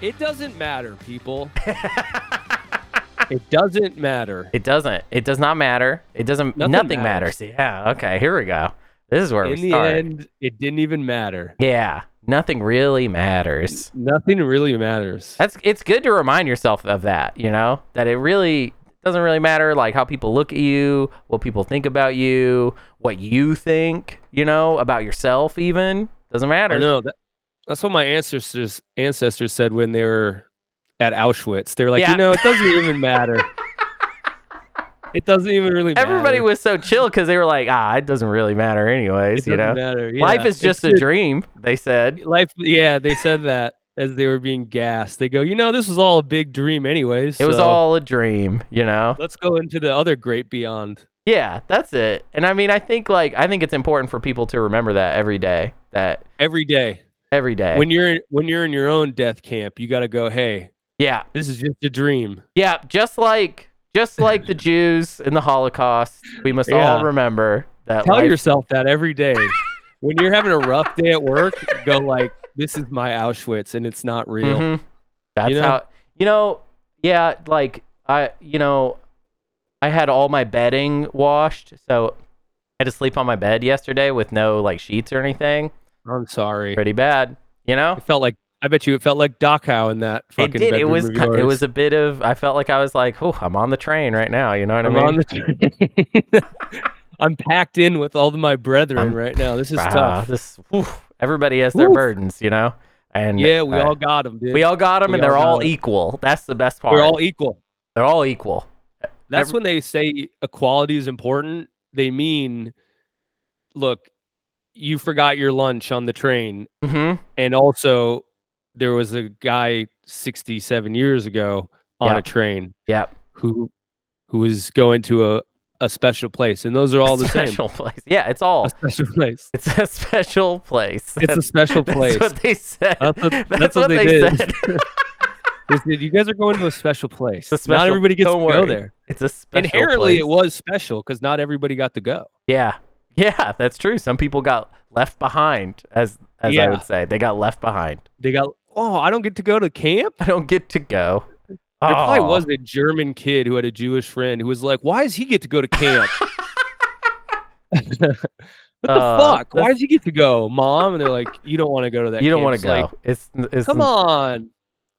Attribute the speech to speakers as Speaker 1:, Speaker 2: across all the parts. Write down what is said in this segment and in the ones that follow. Speaker 1: It doesn't matter, people. it doesn't matter.
Speaker 2: It doesn't. It does not matter. It doesn't. Nothing,
Speaker 1: Nothing
Speaker 2: matters.
Speaker 1: matters.
Speaker 2: Yeah. Okay. Here we go. This is where
Speaker 1: In
Speaker 2: we
Speaker 1: the
Speaker 2: start.
Speaker 1: end, it didn't even matter.
Speaker 2: yeah. Nothing really matters.
Speaker 1: Nothing really matters.
Speaker 2: That's. It's good to remind yourself of that. You know that it really doesn't really matter like how people look at you, what people think about you, what you think. You know about yourself even doesn't
Speaker 1: I
Speaker 2: matter.
Speaker 1: know that, that's what my ancestors ancestors said when they were at Auschwitz. They were like,
Speaker 2: Yeah.
Speaker 1: you know, it doesn't even matter. it doesn't even really. matter.
Speaker 2: Everybody was so chill because they were like, ah, it doesn't really matter anyways.
Speaker 1: It
Speaker 2: You know,
Speaker 1: doesn't matter.
Speaker 2: life
Speaker 1: yeah.
Speaker 2: is just
Speaker 1: It's
Speaker 2: a dream. They said.
Speaker 1: Life, yeah, they said that as they were being gassed. They go, you know, this was all a big dream, anyways.
Speaker 2: It was
Speaker 1: so
Speaker 2: all a dream, you know?
Speaker 1: Let's go into the other great beyond.
Speaker 2: Yeah, that's it. And I mean, I think like I think it's important for people to remember that every day. That
Speaker 1: Every day,
Speaker 2: every day.
Speaker 1: when you're when you're in your own death camp, you got to go. Hey,
Speaker 2: yeah,
Speaker 1: this is just a dream.
Speaker 2: yeah. Just like just like the Jews in the Holocaust, we must all
Speaker 1: Yeah.
Speaker 2: remember that.
Speaker 1: Tell
Speaker 2: life-
Speaker 1: yourself that every day. when you're having a rough day at work, go like, "This is my Auschwitz, and it's not real."
Speaker 2: Mhm. That's
Speaker 1: know?
Speaker 2: how you know. Yeah, like I, you know, I had all my bedding washed, so I had to sleep on my bed yesterday with no like sheets or anything.
Speaker 1: I'm sorry.
Speaker 2: Pretty bad, you know.
Speaker 1: It felt like I bet you it felt like Dachau in that fucking.
Speaker 2: it did. It
Speaker 1: bedroom
Speaker 2: was
Speaker 1: of
Speaker 2: ki- it
Speaker 1: yours.
Speaker 2: was a bit of. I felt like I was like, oh, I'm on the train right now. You know what
Speaker 1: I'm
Speaker 2: I mean?
Speaker 1: on the train. I'm packed in with all of my brethren
Speaker 2: I'm-
Speaker 1: right now. This is
Speaker 2: Ah,
Speaker 1: tough.
Speaker 2: this- oof. everybody has their
Speaker 1: Oof.
Speaker 2: burdens, you know. And
Speaker 1: Yeah, we
Speaker 2: uh,
Speaker 1: all got them, dude.
Speaker 2: we all got them,
Speaker 1: we
Speaker 2: and
Speaker 1: all
Speaker 2: they're all
Speaker 1: got 'em.
Speaker 2: equal. That's the best part.
Speaker 1: We're all equal.
Speaker 2: they're all equal.
Speaker 1: That's
Speaker 2: Every-
Speaker 1: when they say equality is important. They mean, look, you forgot your lunch on the train,
Speaker 2: hmm
Speaker 1: and also there was a guy 67 years ago on
Speaker 2: Yeah.
Speaker 1: a train
Speaker 2: Yeah,
Speaker 1: who who was going to a, a special place and those are all the same
Speaker 2: special place. Yeah, it's all.
Speaker 1: a special place
Speaker 2: It's a special place.
Speaker 1: it's a special place
Speaker 2: That's what they said.
Speaker 1: That's what- that's what
Speaker 2: they,
Speaker 1: they did.
Speaker 2: said.
Speaker 1: They said, you guys are going to a special place
Speaker 2: a
Speaker 1: not
Speaker 2: special-
Speaker 1: everybody gets
Speaker 2: don't
Speaker 1: to
Speaker 2: worry.
Speaker 1: go there
Speaker 2: it's a special
Speaker 1: inherently
Speaker 2: place.
Speaker 1: it was special because not everybody got to go
Speaker 2: Yeah, yeah, that's true. Some people got left behind, as as I
Speaker 1: Yeah.
Speaker 2: would say, they got left behind.
Speaker 1: they got oh i don't get to go to camp
Speaker 2: I don't get to go.
Speaker 1: there probably
Speaker 2: Aw.
Speaker 1: was a german kid who had a jewish friend who was like why does he get to go to camp What the
Speaker 2: Uh,
Speaker 1: fuck? Why
Speaker 2: that's-
Speaker 1: did you get to go, mom? And they're like, you don't want to go to that.
Speaker 2: You don't
Speaker 1: camp."
Speaker 2: want to
Speaker 1: It's
Speaker 2: go.
Speaker 1: like,
Speaker 2: it's it's
Speaker 1: Come on,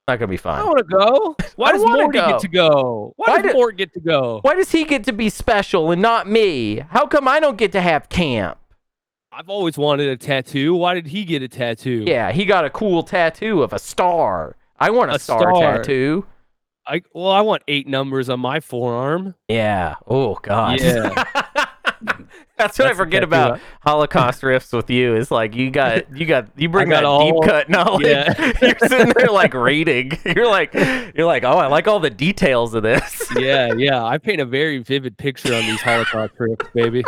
Speaker 2: not gonna be
Speaker 1: I
Speaker 2: fun.
Speaker 1: don't want to go. Why
Speaker 2: I
Speaker 1: does
Speaker 2: wanna
Speaker 1: Mort
Speaker 2: go.
Speaker 1: get to go? Why,
Speaker 2: Why
Speaker 1: does
Speaker 2: do-
Speaker 1: Mort get to go?
Speaker 2: Why does he get to be special and not me? How come I don't get to have camp?
Speaker 1: I've always wanted a tattoo. Why did he get a tattoo?
Speaker 2: Yeah, he got a cool tattoo of a star. I want a,
Speaker 1: A
Speaker 2: star,
Speaker 1: star.
Speaker 2: tattoo.
Speaker 1: I well, I want eight numbers on my forearm.
Speaker 2: Yeah. Oh God.
Speaker 1: Yeah.
Speaker 2: That's what I
Speaker 1: That's the
Speaker 2: forget
Speaker 1: tattoo
Speaker 2: about
Speaker 1: I-
Speaker 2: Holocaust riffs with you. Is like you got you got you bring
Speaker 1: got
Speaker 2: that
Speaker 1: all-
Speaker 2: deep cut knowledge.
Speaker 1: Yeah.
Speaker 2: you're sitting there like reading. You're like you're like oh I like all the details of this.
Speaker 1: yeah, yeah. I paint a very vivid picture on these Holocaust trips, baby.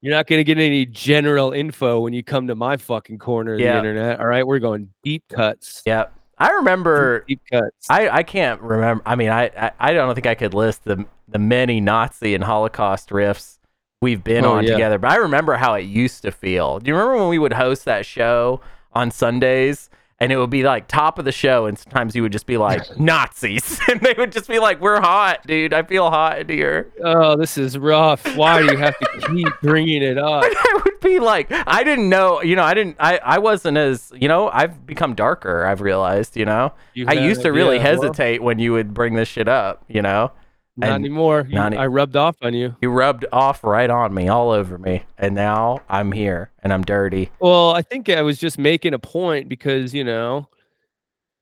Speaker 1: You're not gonna get any general info when you come to my fucking corner of
Speaker 2: Yeah.
Speaker 1: the internet. All right, we're going deep cuts.
Speaker 2: Yep. I remember
Speaker 1: Deep cuts.
Speaker 2: I, I can't remember. I mean, I, I, I don't think I could list the the many Nazi and Holocaust riffs we've been
Speaker 1: Oh,
Speaker 2: on
Speaker 1: yeah.
Speaker 2: together, but I remember how it used to feel. Do you remember when we would host that show on Sundays? And it would be like top of the show, and sometimes you would just be like Nazis, and they would just be like, "We're hot, dude. I feel hot in here."
Speaker 1: oh, this is rough. Why do you have to keep bringing it up?
Speaker 2: And I would be like, "I didn't know, you know, I didn't, I, I wasn't as, you know, I've become darker. I've realized, you know,
Speaker 1: You
Speaker 2: I
Speaker 1: have-
Speaker 2: used to really
Speaker 1: yeah, well,
Speaker 2: hesitate when you would bring this shit up, you know."
Speaker 1: not
Speaker 2: and-
Speaker 1: anymore. You-
Speaker 2: not e- any-
Speaker 1: I rubbed off on you.
Speaker 2: You rubbed off right on me, all over me, and now I'm here and I'm dirty.
Speaker 1: Well, I think I was just making a point because, you know,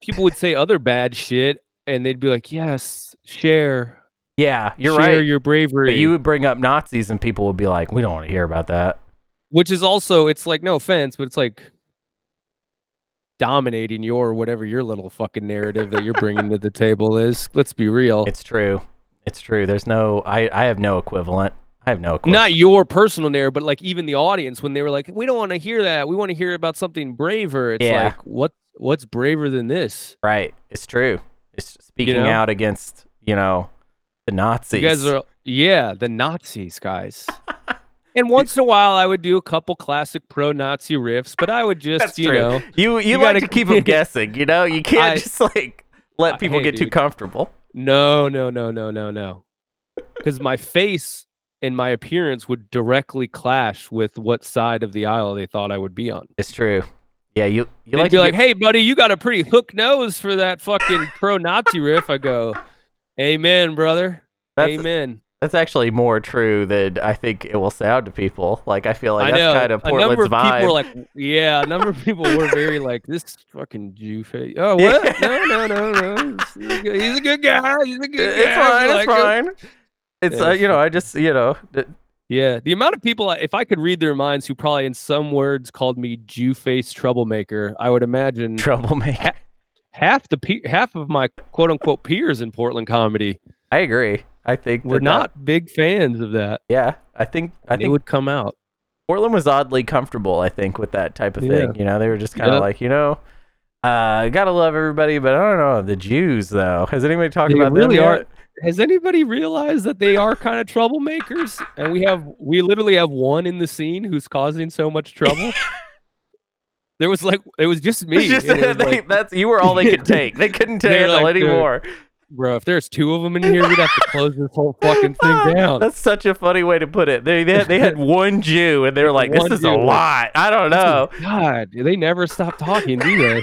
Speaker 1: people would say other bad shit and they'd be like, yes, share.
Speaker 2: Yeah, you're
Speaker 1: share
Speaker 2: right.
Speaker 1: your bravery.
Speaker 2: But you would bring up Nazis, and people would be like, "We don't want to hear about that."
Speaker 1: Which is also, it's like, no offense, but it's like dominating your whatever your little fucking narrative that you're bringing to the table is. Let's be real.
Speaker 2: It's true. It's true. There's no. I. I have no equivalent. I have no equivalent.
Speaker 1: not your personal narrative, but like even the audience when they were like, we don't want to hear that. We want to hear about something braver. It's
Speaker 2: Yeah.
Speaker 1: like, what? What's braver than this?
Speaker 2: right. It's true. It's speaking
Speaker 1: know?
Speaker 2: out against you know the Nazis.
Speaker 1: You guys are, yeah, the Nazis, guys. And once in a while, I would do a couple classic pro-Nazi riffs, but I would just,
Speaker 2: That's
Speaker 1: you
Speaker 2: true.
Speaker 1: know,
Speaker 2: You you,
Speaker 1: You
Speaker 2: like
Speaker 1: gotta-
Speaker 2: to keep them guessing. You know, you can't
Speaker 1: I-
Speaker 2: just like let
Speaker 1: I-
Speaker 2: people
Speaker 1: hey,
Speaker 2: get too
Speaker 1: dude.
Speaker 2: comfortable.
Speaker 1: no, no, no, no, no, no, because my face and my appearance would directly clash with what side of the aisle they thought I would be on.
Speaker 2: It's true. Yeah, you you
Speaker 1: They'd
Speaker 2: like
Speaker 1: be
Speaker 2: to
Speaker 1: like,
Speaker 2: get-
Speaker 1: "Hey, buddy, you got a pretty hook nose for that fucking pro-Nazi riff." I go, "Amen, brother.
Speaker 2: that's
Speaker 1: Amen."
Speaker 2: that's actually more true than I think it will sound to people. Like I feel like
Speaker 1: I
Speaker 2: that's
Speaker 1: know.
Speaker 2: kind of
Speaker 1: a number
Speaker 2: Portland's
Speaker 1: of people
Speaker 2: vibe.
Speaker 1: were like, "Yeah." A number of people were very like, "This fucking Jew face." Oh, what? No, no, no, no. He's a good- He's a good guy. He's a good guy.
Speaker 2: it's
Speaker 1: I
Speaker 2: fine. It's
Speaker 1: like him."
Speaker 2: fine. It's
Speaker 1: Yeah,
Speaker 2: uh,
Speaker 1: it's
Speaker 2: you know I just you know d-
Speaker 1: Yeah, the amount of people, I- if I could read their minds, who probably in some words called me Jew face troublemaker, I would imagine
Speaker 2: troublemaker.
Speaker 1: half the pe- half of my quote unquote peers in Portland comedy
Speaker 2: I agree. I think
Speaker 1: were
Speaker 2: that that-
Speaker 1: not big fans of that.
Speaker 2: yeah, I think I
Speaker 1: and it
Speaker 2: think
Speaker 1: would come out.
Speaker 2: Portland was oddly comfortable, I think, with that type of
Speaker 1: Yeah.
Speaker 2: thing. You know, they were just kind of
Speaker 1: Yeah.
Speaker 2: like, you know, uh, gotta love everybody, but I don't know the Jews though. Has anybody talked
Speaker 1: They
Speaker 2: about
Speaker 1: really
Speaker 2: them
Speaker 1: are-
Speaker 2: yet?
Speaker 1: Has anybody realized that they are kind of troublemakers? And we have we literally have one in the scene who's causing so much trouble. there was like it was just me.
Speaker 2: It's just-
Speaker 1: and it was
Speaker 2: they-
Speaker 1: like,
Speaker 2: that's you were all they could take. They couldn't
Speaker 1: They're
Speaker 2: take it
Speaker 1: like, dude,
Speaker 2: anymore.
Speaker 1: Bro, if there's two of them in here, we'd have to close this whole fucking thing down.
Speaker 2: That's such a funny way to put it. They they, they had one Jew and they were like, this
Speaker 1: One
Speaker 2: is a
Speaker 1: Jew.
Speaker 2: lot. I don't know.
Speaker 1: God, they never stop talking, do they?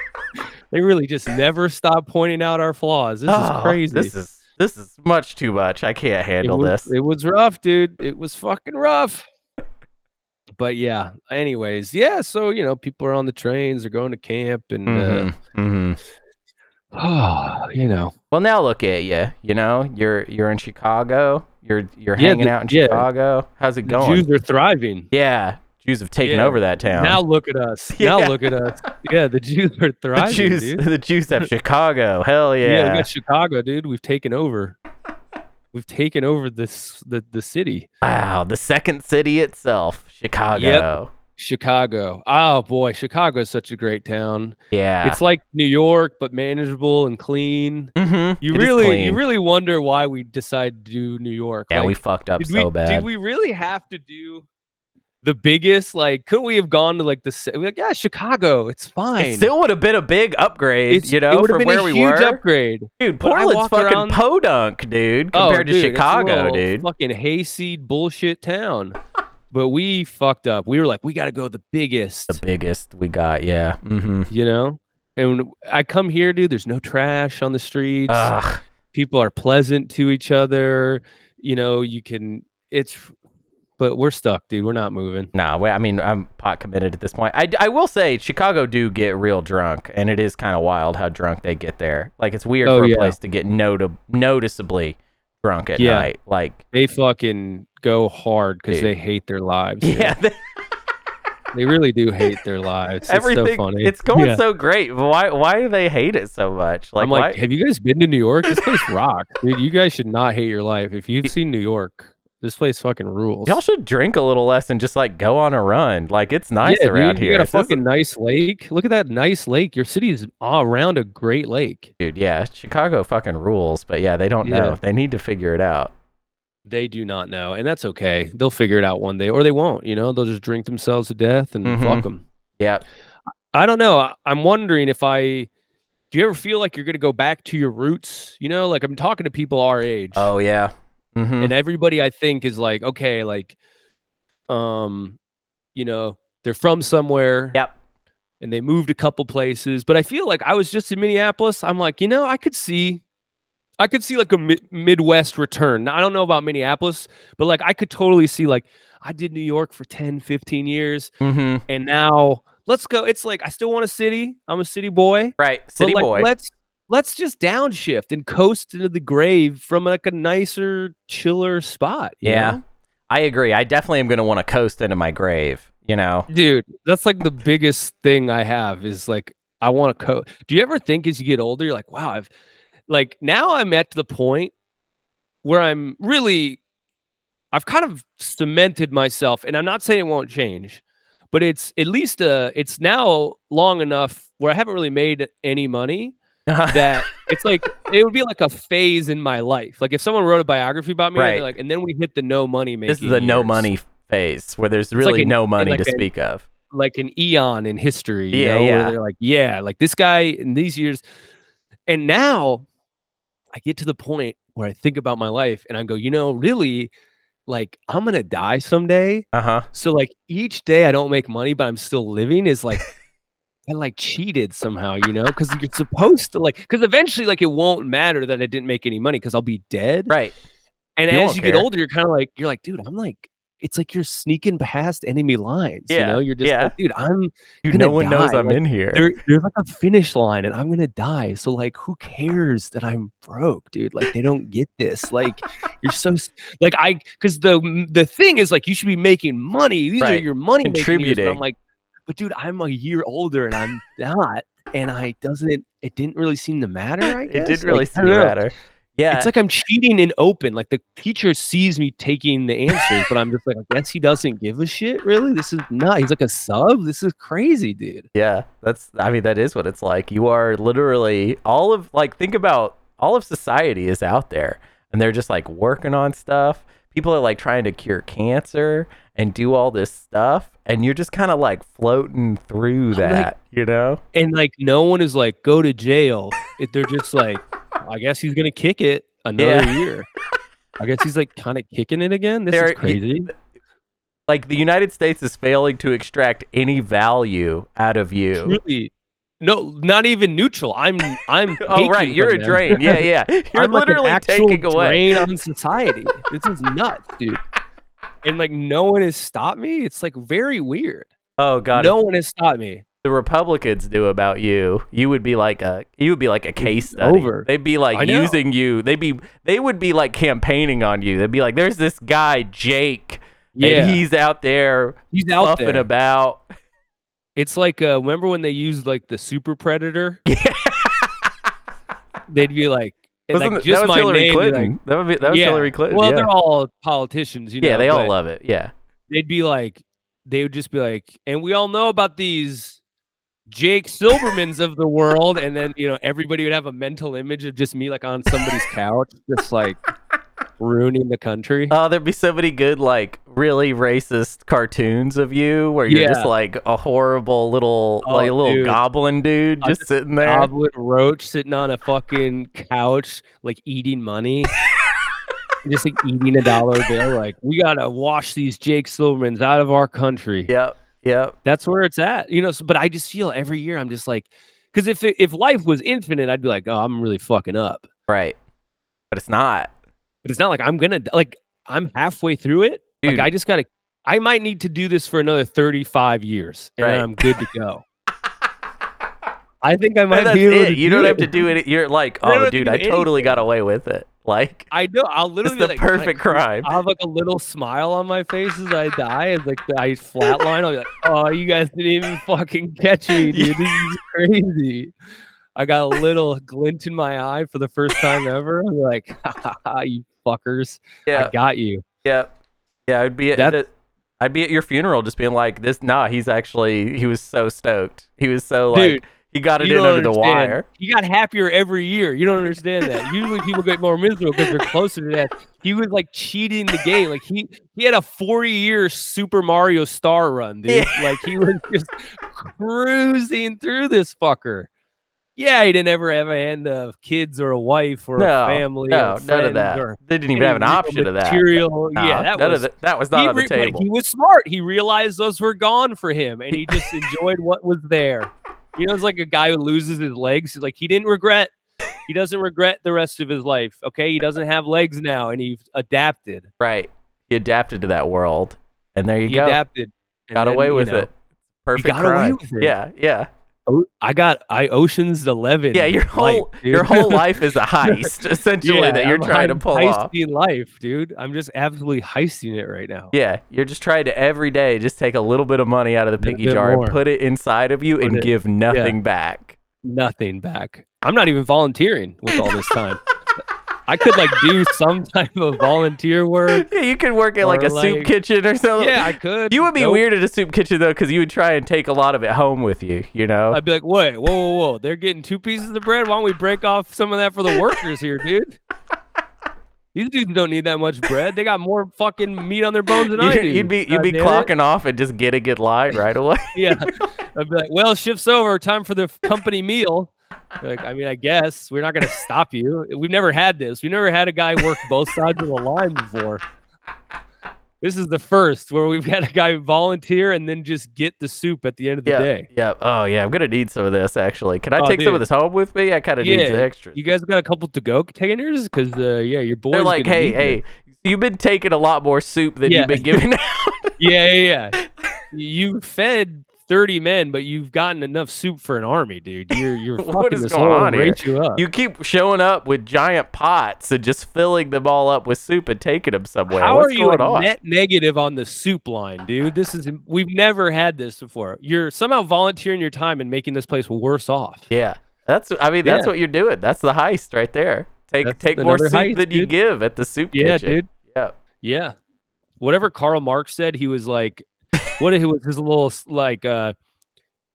Speaker 1: they really just never stop pointing out our flaws. This
Speaker 2: Oh,
Speaker 1: is crazy.
Speaker 2: This is this is much too much. I can't
Speaker 1: it
Speaker 2: handle
Speaker 1: was,
Speaker 2: this.
Speaker 1: it was rough, dude. It was fucking rough. But yeah, anyways, yeah. So you know, people are on the trains, they're going to camp, and
Speaker 2: Mhm, mhm.
Speaker 1: uh,
Speaker 2: Mm-hmm.
Speaker 1: you know,
Speaker 2: Well, now look at you. You know, you're you're in Chicago. You're you're
Speaker 1: Yeah,
Speaker 2: hanging
Speaker 1: the-
Speaker 2: out in
Speaker 1: yeah.
Speaker 2: Chicago. How's it
Speaker 1: the
Speaker 2: going?
Speaker 1: Jews are thriving.
Speaker 2: yeah, Jews have taken
Speaker 1: Yeah.
Speaker 2: over that town.
Speaker 1: Now look at us.
Speaker 2: Yeah.
Speaker 1: Now look at us. Yeah, the Jews are
Speaker 2: the
Speaker 1: thriving,
Speaker 2: Jews,
Speaker 1: dude.
Speaker 2: the Jews have Chicago. Hell yeah!
Speaker 1: we got Chicago, dude. We've taken over. We've taken over this the the city,
Speaker 2: wow, the second city itself, Chicago.
Speaker 1: Chicago. Oh boy, Chicago is such a great town.
Speaker 2: Yeah.
Speaker 1: It's like New York, but manageable and clean.
Speaker 2: mm-hmm.
Speaker 1: You really, you really wonder why we decided to do New York.
Speaker 2: Yeah,
Speaker 1: like,
Speaker 2: we fucked up
Speaker 1: did
Speaker 2: so
Speaker 1: we,
Speaker 2: bad.
Speaker 1: Did we really have to do the biggest? Like, could we have gone to like the ci- like yeah, Chicago? It's fine.
Speaker 2: it still would have been a big upgrade,
Speaker 1: It's-
Speaker 2: you know,
Speaker 1: it would have been
Speaker 2: from where
Speaker 1: a
Speaker 2: we
Speaker 1: huge
Speaker 2: were.
Speaker 1: upgrade.
Speaker 2: dude,
Speaker 1: but I
Speaker 2: Portland's
Speaker 1: walk
Speaker 2: fucking
Speaker 1: around-
Speaker 2: podunk, Oh, dude, compared
Speaker 1: dude,
Speaker 2: to
Speaker 1: it's a
Speaker 2: Chicago,
Speaker 1: little
Speaker 2: dude.
Speaker 1: Fucking hayseed bullshit town. but we fucked up. We were like, we got to go the biggest,
Speaker 2: The biggest we got, yeah. Mm-hmm.
Speaker 1: you know? And I come here, dude, there's no trash on the streets.
Speaker 2: Ugh.
Speaker 1: People are pleasant to each other. You know, you can, it's, but we're stuck, dude. We're not moving.
Speaker 2: Nah, well, I mean, I'm pot committed at this point. I, I will say, Chicago do get real drunk, and it is kind of wild how drunk they get there. Like, it's weird
Speaker 1: Oh,
Speaker 2: for a
Speaker 1: yeah.
Speaker 2: place to get noti- noticeably drunk at
Speaker 1: Yeah.
Speaker 2: night. Like,
Speaker 1: They fucking go hard because
Speaker 2: Dude.
Speaker 1: they hate their lives. dude.
Speaker 2: yeah, they-
Speaker 1: They really do hate their lives.
Speaker 2: everything.
Speaker 1: It's so funny.
Speaker 2: It's going
Speaker 1: Yeah.
Speaker 2: so great. but Why Why do they hate it so much? Like,
Speaker 1: I'm like,
Speaker 2: why?
Speaker 1: have you guys been to New York? This place rocks, dude. You guys should not hate your life. If you've seen New York, this place fucking rules.
Speaker 2: y'all should drink a little less and just, like, go on a run. Like, it's nice
Speaker 1: Yeah,
Speaker 2: around
Speaker 1: dude,
Speaker 2: here.
Speaker 1: You got a
Speaker 2: This is-
Speaker 1: fucking nice lake. Look at that nice lake. Your city is all around a great lake.
Speaker 2: dude, yeah, Chicago fucking rules, but yeah, they don't
Speaker 1: Yeah.
Speaker 2: know. They need to figure it out.
Speaker 1: They do not know, and that's okay. They'll figure it out one day, or they won't. You know, they'll just drink themselves to death and fuck 'em.
Speaker 2: Mhm.
Speaker 1: fuck them.
Speaker 2: Yeah.
Speaker 1: I don't know. I, I'm wondering if I. Do you ever feel like you're gonna go back to your roots? You know, like I'm talking to people our age.
Speaker 2: Oh, yeah. Mm-hmm.
Speaker 1: and everybody i think is like okay like um you know they're from somewhere
Speaker 2: Yep.
Speaker 1: and they moved a couple places but i feel like i was just in minneapolis i'm like you know i could see i could see like a mi- midwest return now, i don't know about minneapolis but like i could totally see like i did new york for 10 15 years
Speaker 2: Mm-hmm.
Speaker 1: and now let's go it's like i still want a city i'm a city boy
Speaker 2: Right.
Speaker 1: but,
Speaker 2: City
Speaker 1: like,
Speaker 2: boy.
Speaker 1: Let's let's just downshift and coast into the grave from like a nicer, chiller spot. you
Speaker 2: Yeah.
Speaker 1: know?
Speaker 2: I agree. I definitely am going to want to coast into my grave, you know?
Speaker 1: dude, that's like the biggest thing I have is like I want to co. Do you ever think as you get older, you're like, wow, I've like now I'm at the point where I'm really, I've kind of cemented myself, and I'm not saying it won't change, but it's at least uh, it's now long enough where I haven't really made any money, that it's like it would be like a phase in my life. Like if someone wrote a biography about me, I'd be
Speaker 2: Right.
Speaker 1: like, and then we hit the no money making.
Speaker 2: this is the no
Speaker 1: years."
Speaker 2: money phase where there's really
Speaker 1: an-
Speaker 2: no money
Speaker 1: like
Speaker 2: to
Speaker 1: a-
Speaker 2: speak of.
Speaker 1: like an eon in history. You
Speaker 2: Yeah,
Speaker 1: know,
Speaker 2: yeah.
Speaker 1: Where they're like, yeah, like this guy in these years. And now I get to the point where I think about my life and I go, you know, really, like I'm gonna die someday.
Speaker 2: Uh huh.
Speaker 1: So like each day I don't make money, but I'm still living is like I like cheated somehow, you know, because you're supposed to like because eventually like it won't matter that I didn't make any money because I'll be dead.
Speaker 2: Right.
Speaker 1: And
Speaker 2: You
Speaker 1: as
Speaker 2: won't
Speaker 1: you
Speaker 2: care.
Speaker 1: get older, you're kind of like, you're like, dude, I'm like, it's like you're sneaking past enemy lines.
Speaker 2: Yeah,
Speaker 1: You know, you're just
Speaker 2: yeah.
Speaker 1: like, dude, I'm
Speaker 2: Dude,
Speaker 1: gonna
Speaker 2: no one knows
Speaker 1: die,
Speaker 2: I'm
Speaker 1: like,
Speaker 2: in here.
Speaker 1: there, there's like a finish line and I'm gonna die. So like who cares that I'm broke, dude? Like they don't get this. Like you're so s- like I cause the the thing is like you should be making money. These are
Speaker 2: Right.
Speaker 1: your money contributing. I'm
Speaker 2: Contributing.
Speaker 1: like, but dude, I'm a year older and I'm not. And I doesn't it didn't really seem to matter, I
Speaker 2: it
Speaker 1: guess.
Speaker 2: did really
Speaker 1: Like, I
Speaker 2: seem to
Speaker 1: don't know.
Speaker 2: matter. Yeah.
Speaker 1: It's like I'm cheating in open. Like the teacher sees me taking the answers, but I'm just like, I guess he doesn't give a shit, really. This is not. He's like a sub. This is crazy, dude.
Speaker 2: Yeah, that's I mean that is what it's like. You are literally all of like think about all of society is out there and they're just like working on stuff. People are like trying to cure cancer and do all this stuff and you're just kind of like floating through
Speaker 1: I'm like-
Speaker 2: that, you know?
Speaker 1: and like no one is like go to jail if they're just like i guess he's gonna kick it another year i guess he's like kind of kicking it again this
Speaker 2: There-
Speaker 1: is crazy
Speaker 2: Like the United States is failing to extract any value out of you.
Speaker 1: really no not even neutral i'm i'm
Speaker 2: Oh right,
Speaker 1: taking
Speaker 2: you're
Speaker 1: from
Speaker 2: a
Speaker 1: them.
Speaker 2: drain. Yeah, yeah. You're
Speaker 1: I'm like an
Speaker 2: literally
Speaker 1: actual
Speaker 2: taking away.
Speaker 1: drain on society this is nuts dude and like no one has stopped me it's like very weird
Speaker 2: Oh god,
Speaker 1: no one has stopped me
Speaker 2: the Republicans do about you, you would be like a you would be like a case study.
Speaker 1: over.
Speaker 2: They'd be
Speaker 1: I
Speaker 2: like
Speaker 1: know.
Speaker 2: using you. They'd be they would be like campaigning on you. They'd be like, "There's this guy Jake,
Speaker 1: yeah
Speaker 2: and he's out there
Speaker 1: he's out
Speaker 2: puffing
Speaker 1: there
Speaker 2: about."
Speaker 1: It's like uh, remember when they used like the super predator? They'd be like, and,
Speaker 2: Wasn't
Speaker 1: like
Speaker 2: it-
Speaker 1: just
Speaker 2: that was
Speaker 1: my
Speaker 2: Hillary
Speaker 1: name. they're like-
Speaker 2: Clinton. that would be that was
Speaker 1: yeah.
Speaker 2: Hillary Clinton.
Speaker 1: Well,
Speaker 2: yeah,
Speaker 1: they're all politicians, you know.
Speaker 2: yeah they all
Speaker 1: but
Speaker 2: love it. Yeah,
Speaker 1: They'd be like, they would just be like, and we all know about these Jake Silvermans of the world, and then you know everybody would have a mental image of just me like on somebody's couch, just like ruining the country.
Speaker 2: oh, there'd be so many good like really racist cartoons of you where you're just
Speaker 1: Yeah.
Speaker 2: like a horrible little
Speaker 1: Oh,
Speaker 2: like little
Speaker 1: dude.
Speaker 2: goblin dude
Speaker 1: I'm
Speaker 2: just sitting there.
Speaker 1: Goblin roach sitting on a fucking couch, like eating money. Just like eating a dollar bill, like we gotta wash these Jake Silvermans out of our country.
Speaker 2: Yep, yep.
Speaker 1: That's where it's at, you know. So, but I just feel every year I'm just like, because if it- if life was infinite, I'd be like, oh, I'm really fucking up.
Speaker 2: Right, but it's not.
Speaker 1: But it's not like I'm gonna like I'm halfway through it.
Speaker 2: Dude.
Speaker 1: Like I just gotta, I might need to do this for another 35 years, and
Speaker 2: Right.
Speaker 1: then I'm good to go. I think I might
Speaker 2: that's
Speaker 1: be able
Speaker 2: it.
Speaker 1: to
Speaker 2: You
Speaker 1: do
Speaker 2: don't
Speaker 1: it.
Speaker 2: have to do it. You're like,
Speaker 1: I don't
Speaker 2: oh,
Speaker 1: have to
Speaker 2: dude,
Speaker 1: do
Speaker 2: I totally
Speaker 1: anything."
Speaker 2: got away with it. Like,
Speaker 1: I know. I'll
Speaker 2: it's
Speaker 1: literally
Speaker 2: the
Speaker 1: like, kinda
Speaker 2: perfect
Speaker 1: cr-
Speaker 2: crime.
Speaker 1: I'll have like a little smile on my face as I die. As like I flatline, I'll be like, "Oh, you guys didn't even fucking catch me, dude. This is crazy." I got a little glint in my eye for the first time ever. I'm like, ha, ha, ha, "You fuckers,
Speaker 2: Yeah,
Speaker 1: I got you."
Speaker 2: yeah, yeah. I'd be at
Speaker 1: That-
Speaker 2: the- I'd be at your funeral, just being like, this. Nah, he's actually he was so stoked. He was so like
Speaker 1: Dude,
Speaker 2: he got it
Speaker 1: you
Speaker 2: in
Speaker 1: don't
Speaker 2: under the
Speaker 1: understand.
Speaker 2: wire.
Speaker 1: You got happier every year. You don't understand that. Usually people get more miserable because they're closer to that. He was like cheating the game. Like he he had a 40 year Super Mario star run, dude. Like he was just cruising through this fucker. Yeah, he didn't ever have a hand of kids or a wife or
Speaker 2: No,
Speaker 1: a family. or
Speaker 2: No, none of
Speaker 1: friends
Speaker 2: that.
Speaker 1: Or
Speaker 2: They didn't even have an
Speaker 1: any real
Speaker 2: option of that.
Speaker 1: material.
Speaker 2: Nah,
Speaker 1: yeah, that
Speaker 2: none
Speaker 1: was
Speaker 2: of that. That was not
Speaker 1: he,
Speaker 2: on the
Speaker 1: re- but
Speaker 2: table.
Speaker 1: he was smart. He realized those were gone for him, and he just enjoyed what was there. You know, it's like a guy who loses his legs. He's Like he didn't regret. He doesn't regret the rest of his life. Okay, he doesn't have legs now, and he adapted.
Speaker 2: Right. He adapted to that world, and there you
Speaker 1: He
Speaker 2: go.
Speaker 1: adapted. and
Speaker 2: got
Speaker 1: then,
Speaker 2: away
Speaker 1: you
Speaker 2: with
Speaker 1: know,
Speaker 2: it. Perfect
Speaker 1: got away
Speaker 2: crime.
Speaker 1: with it.
Speaker 2: Yeah, yeah,
Speaker 1: o- I got I Ocean's Eleven.
Speaker 2: yeah. Your
Speaker 1: life,
Speaker 2: whole
Speaker 1: dude.
Speaker 2: your whole life is a heist, essentially,
Speaker 1: Yeah,
Speaker 2: that you're
Speaker 1: I'm-
Speaker 2: trying
Speaker 1: I'm
Speaker 2: to pull off.
Speaker 1: heisting life, dude. I'm just absolutely heisting it right now.
Speaker 2: Yeah, you're just trying to every day just take a little bit of money out of the
Speaker 1: Little
Speaker 2: piggy
Speaker 1: bit
Speaker 2: jar
Speaker 1: more.
Speaker 2: and put it inside of you
Speaker 1: Put
Speaker 2: and
Speaker 1: it-
Speaker 2: give nothing back.
Speaker 1: Nothing back. I'm not even volunteering with all this time. I could like do some type of volunteer work.
Speaker 2: Yeah, you could work at like
Speaker 1: Or,
Speaker 2: a soup
Speaker 1: like-
Speaker 2: kitchen or something.
Speaker 1: Yeah, I could.
Speaker 2: Oh, You would be
Speaker 1: Nope.
Speaker 2: weird at a soup kitchen though, because you would try and take a lot of it home with you. You know.
Speaker 1: I'd be like, wait, whoa, whoa, whoa. They're getting two pieces of bread. Why don't we break off some of that for the workers here, dude? These dudes don't need that much bread. They got more fucking meat on their bones than I do.
Speaker 2: You'd, you'd be you'd be
Speaker 1: Goddamn it.
Speaker 2: clocking off and just get a good line right away.
Speaker 1: Yeah. I'd be like, well, shift's over. Time for the f- company meal. They're like, I mean, I guess we're not going to stop you. We've never had this. We've never had a guy work both sides of the line before. This is the first where we've had a guy volunteer and then just get the soup at the end of the
Speaker 2: yeah.
Speaker 1: day.
Speaker 2: Yeah. Oh yeah. I'm gonna need some of this actually. Can I
Speaker 1: Oh,
Speaker 2: take some of
Speaker 1: dude.
Speaker 2: this home with me? I kind of need
Speaker 1: Yeah,
Speaker 2: some extras.
Speaker 1: You guys got a couple to go containers because, uh, yeah, your boys.
Speaker 2: They're like, hey, hey, you've been taking a lot more soup than
Speaker 1: Yeah.
Speaker 2: you've been giving.
Speaker 1: yeah, yeah, yeah. You fed thirty men, but you've gotten enough soup for an army, dude. You're you're
Speaker 2: What
Speaker 1: fucking
Speaker 2: is
Speaker 1: this
Speaker 2: going
Speaker 1: whole
Speaker 2: on here?
Speaker 1: ratio up.
Speaker 2: you keep showing up with giant pots and just filling them all up with soup and taking them somewhere.
Speaker 1: How
Speaker 2: What's
Speaker 1: are you
Speaker 2: going
Speaker 1: a
Speaker 2: on?
Speaker 1: net negative on the soup line, dude? This is we've never had this before. You're somehow volunteering your time and making this place worse off.
Speaker 2: Yeah. That's I mean that's
Speaker 1: Yeah.
Speaker 2: what you're doing. That's the heist right there. Take
Speaker 1: That's
Speaker 2: take more
Speaker 1: another
Speaker 2: soup
Speaker 1: heist,
Speaker 2: than you
Speaker 1: dude.
Speaker 2: give at the soup
Speaker 1: Yeah,
Speaker 2: kitchen.
Speaker 1: dude.
Speaker 2: Yeah.
Speaker 1: Yeah. Whatever Karl Marx said, he was like, what it was his little s- like uh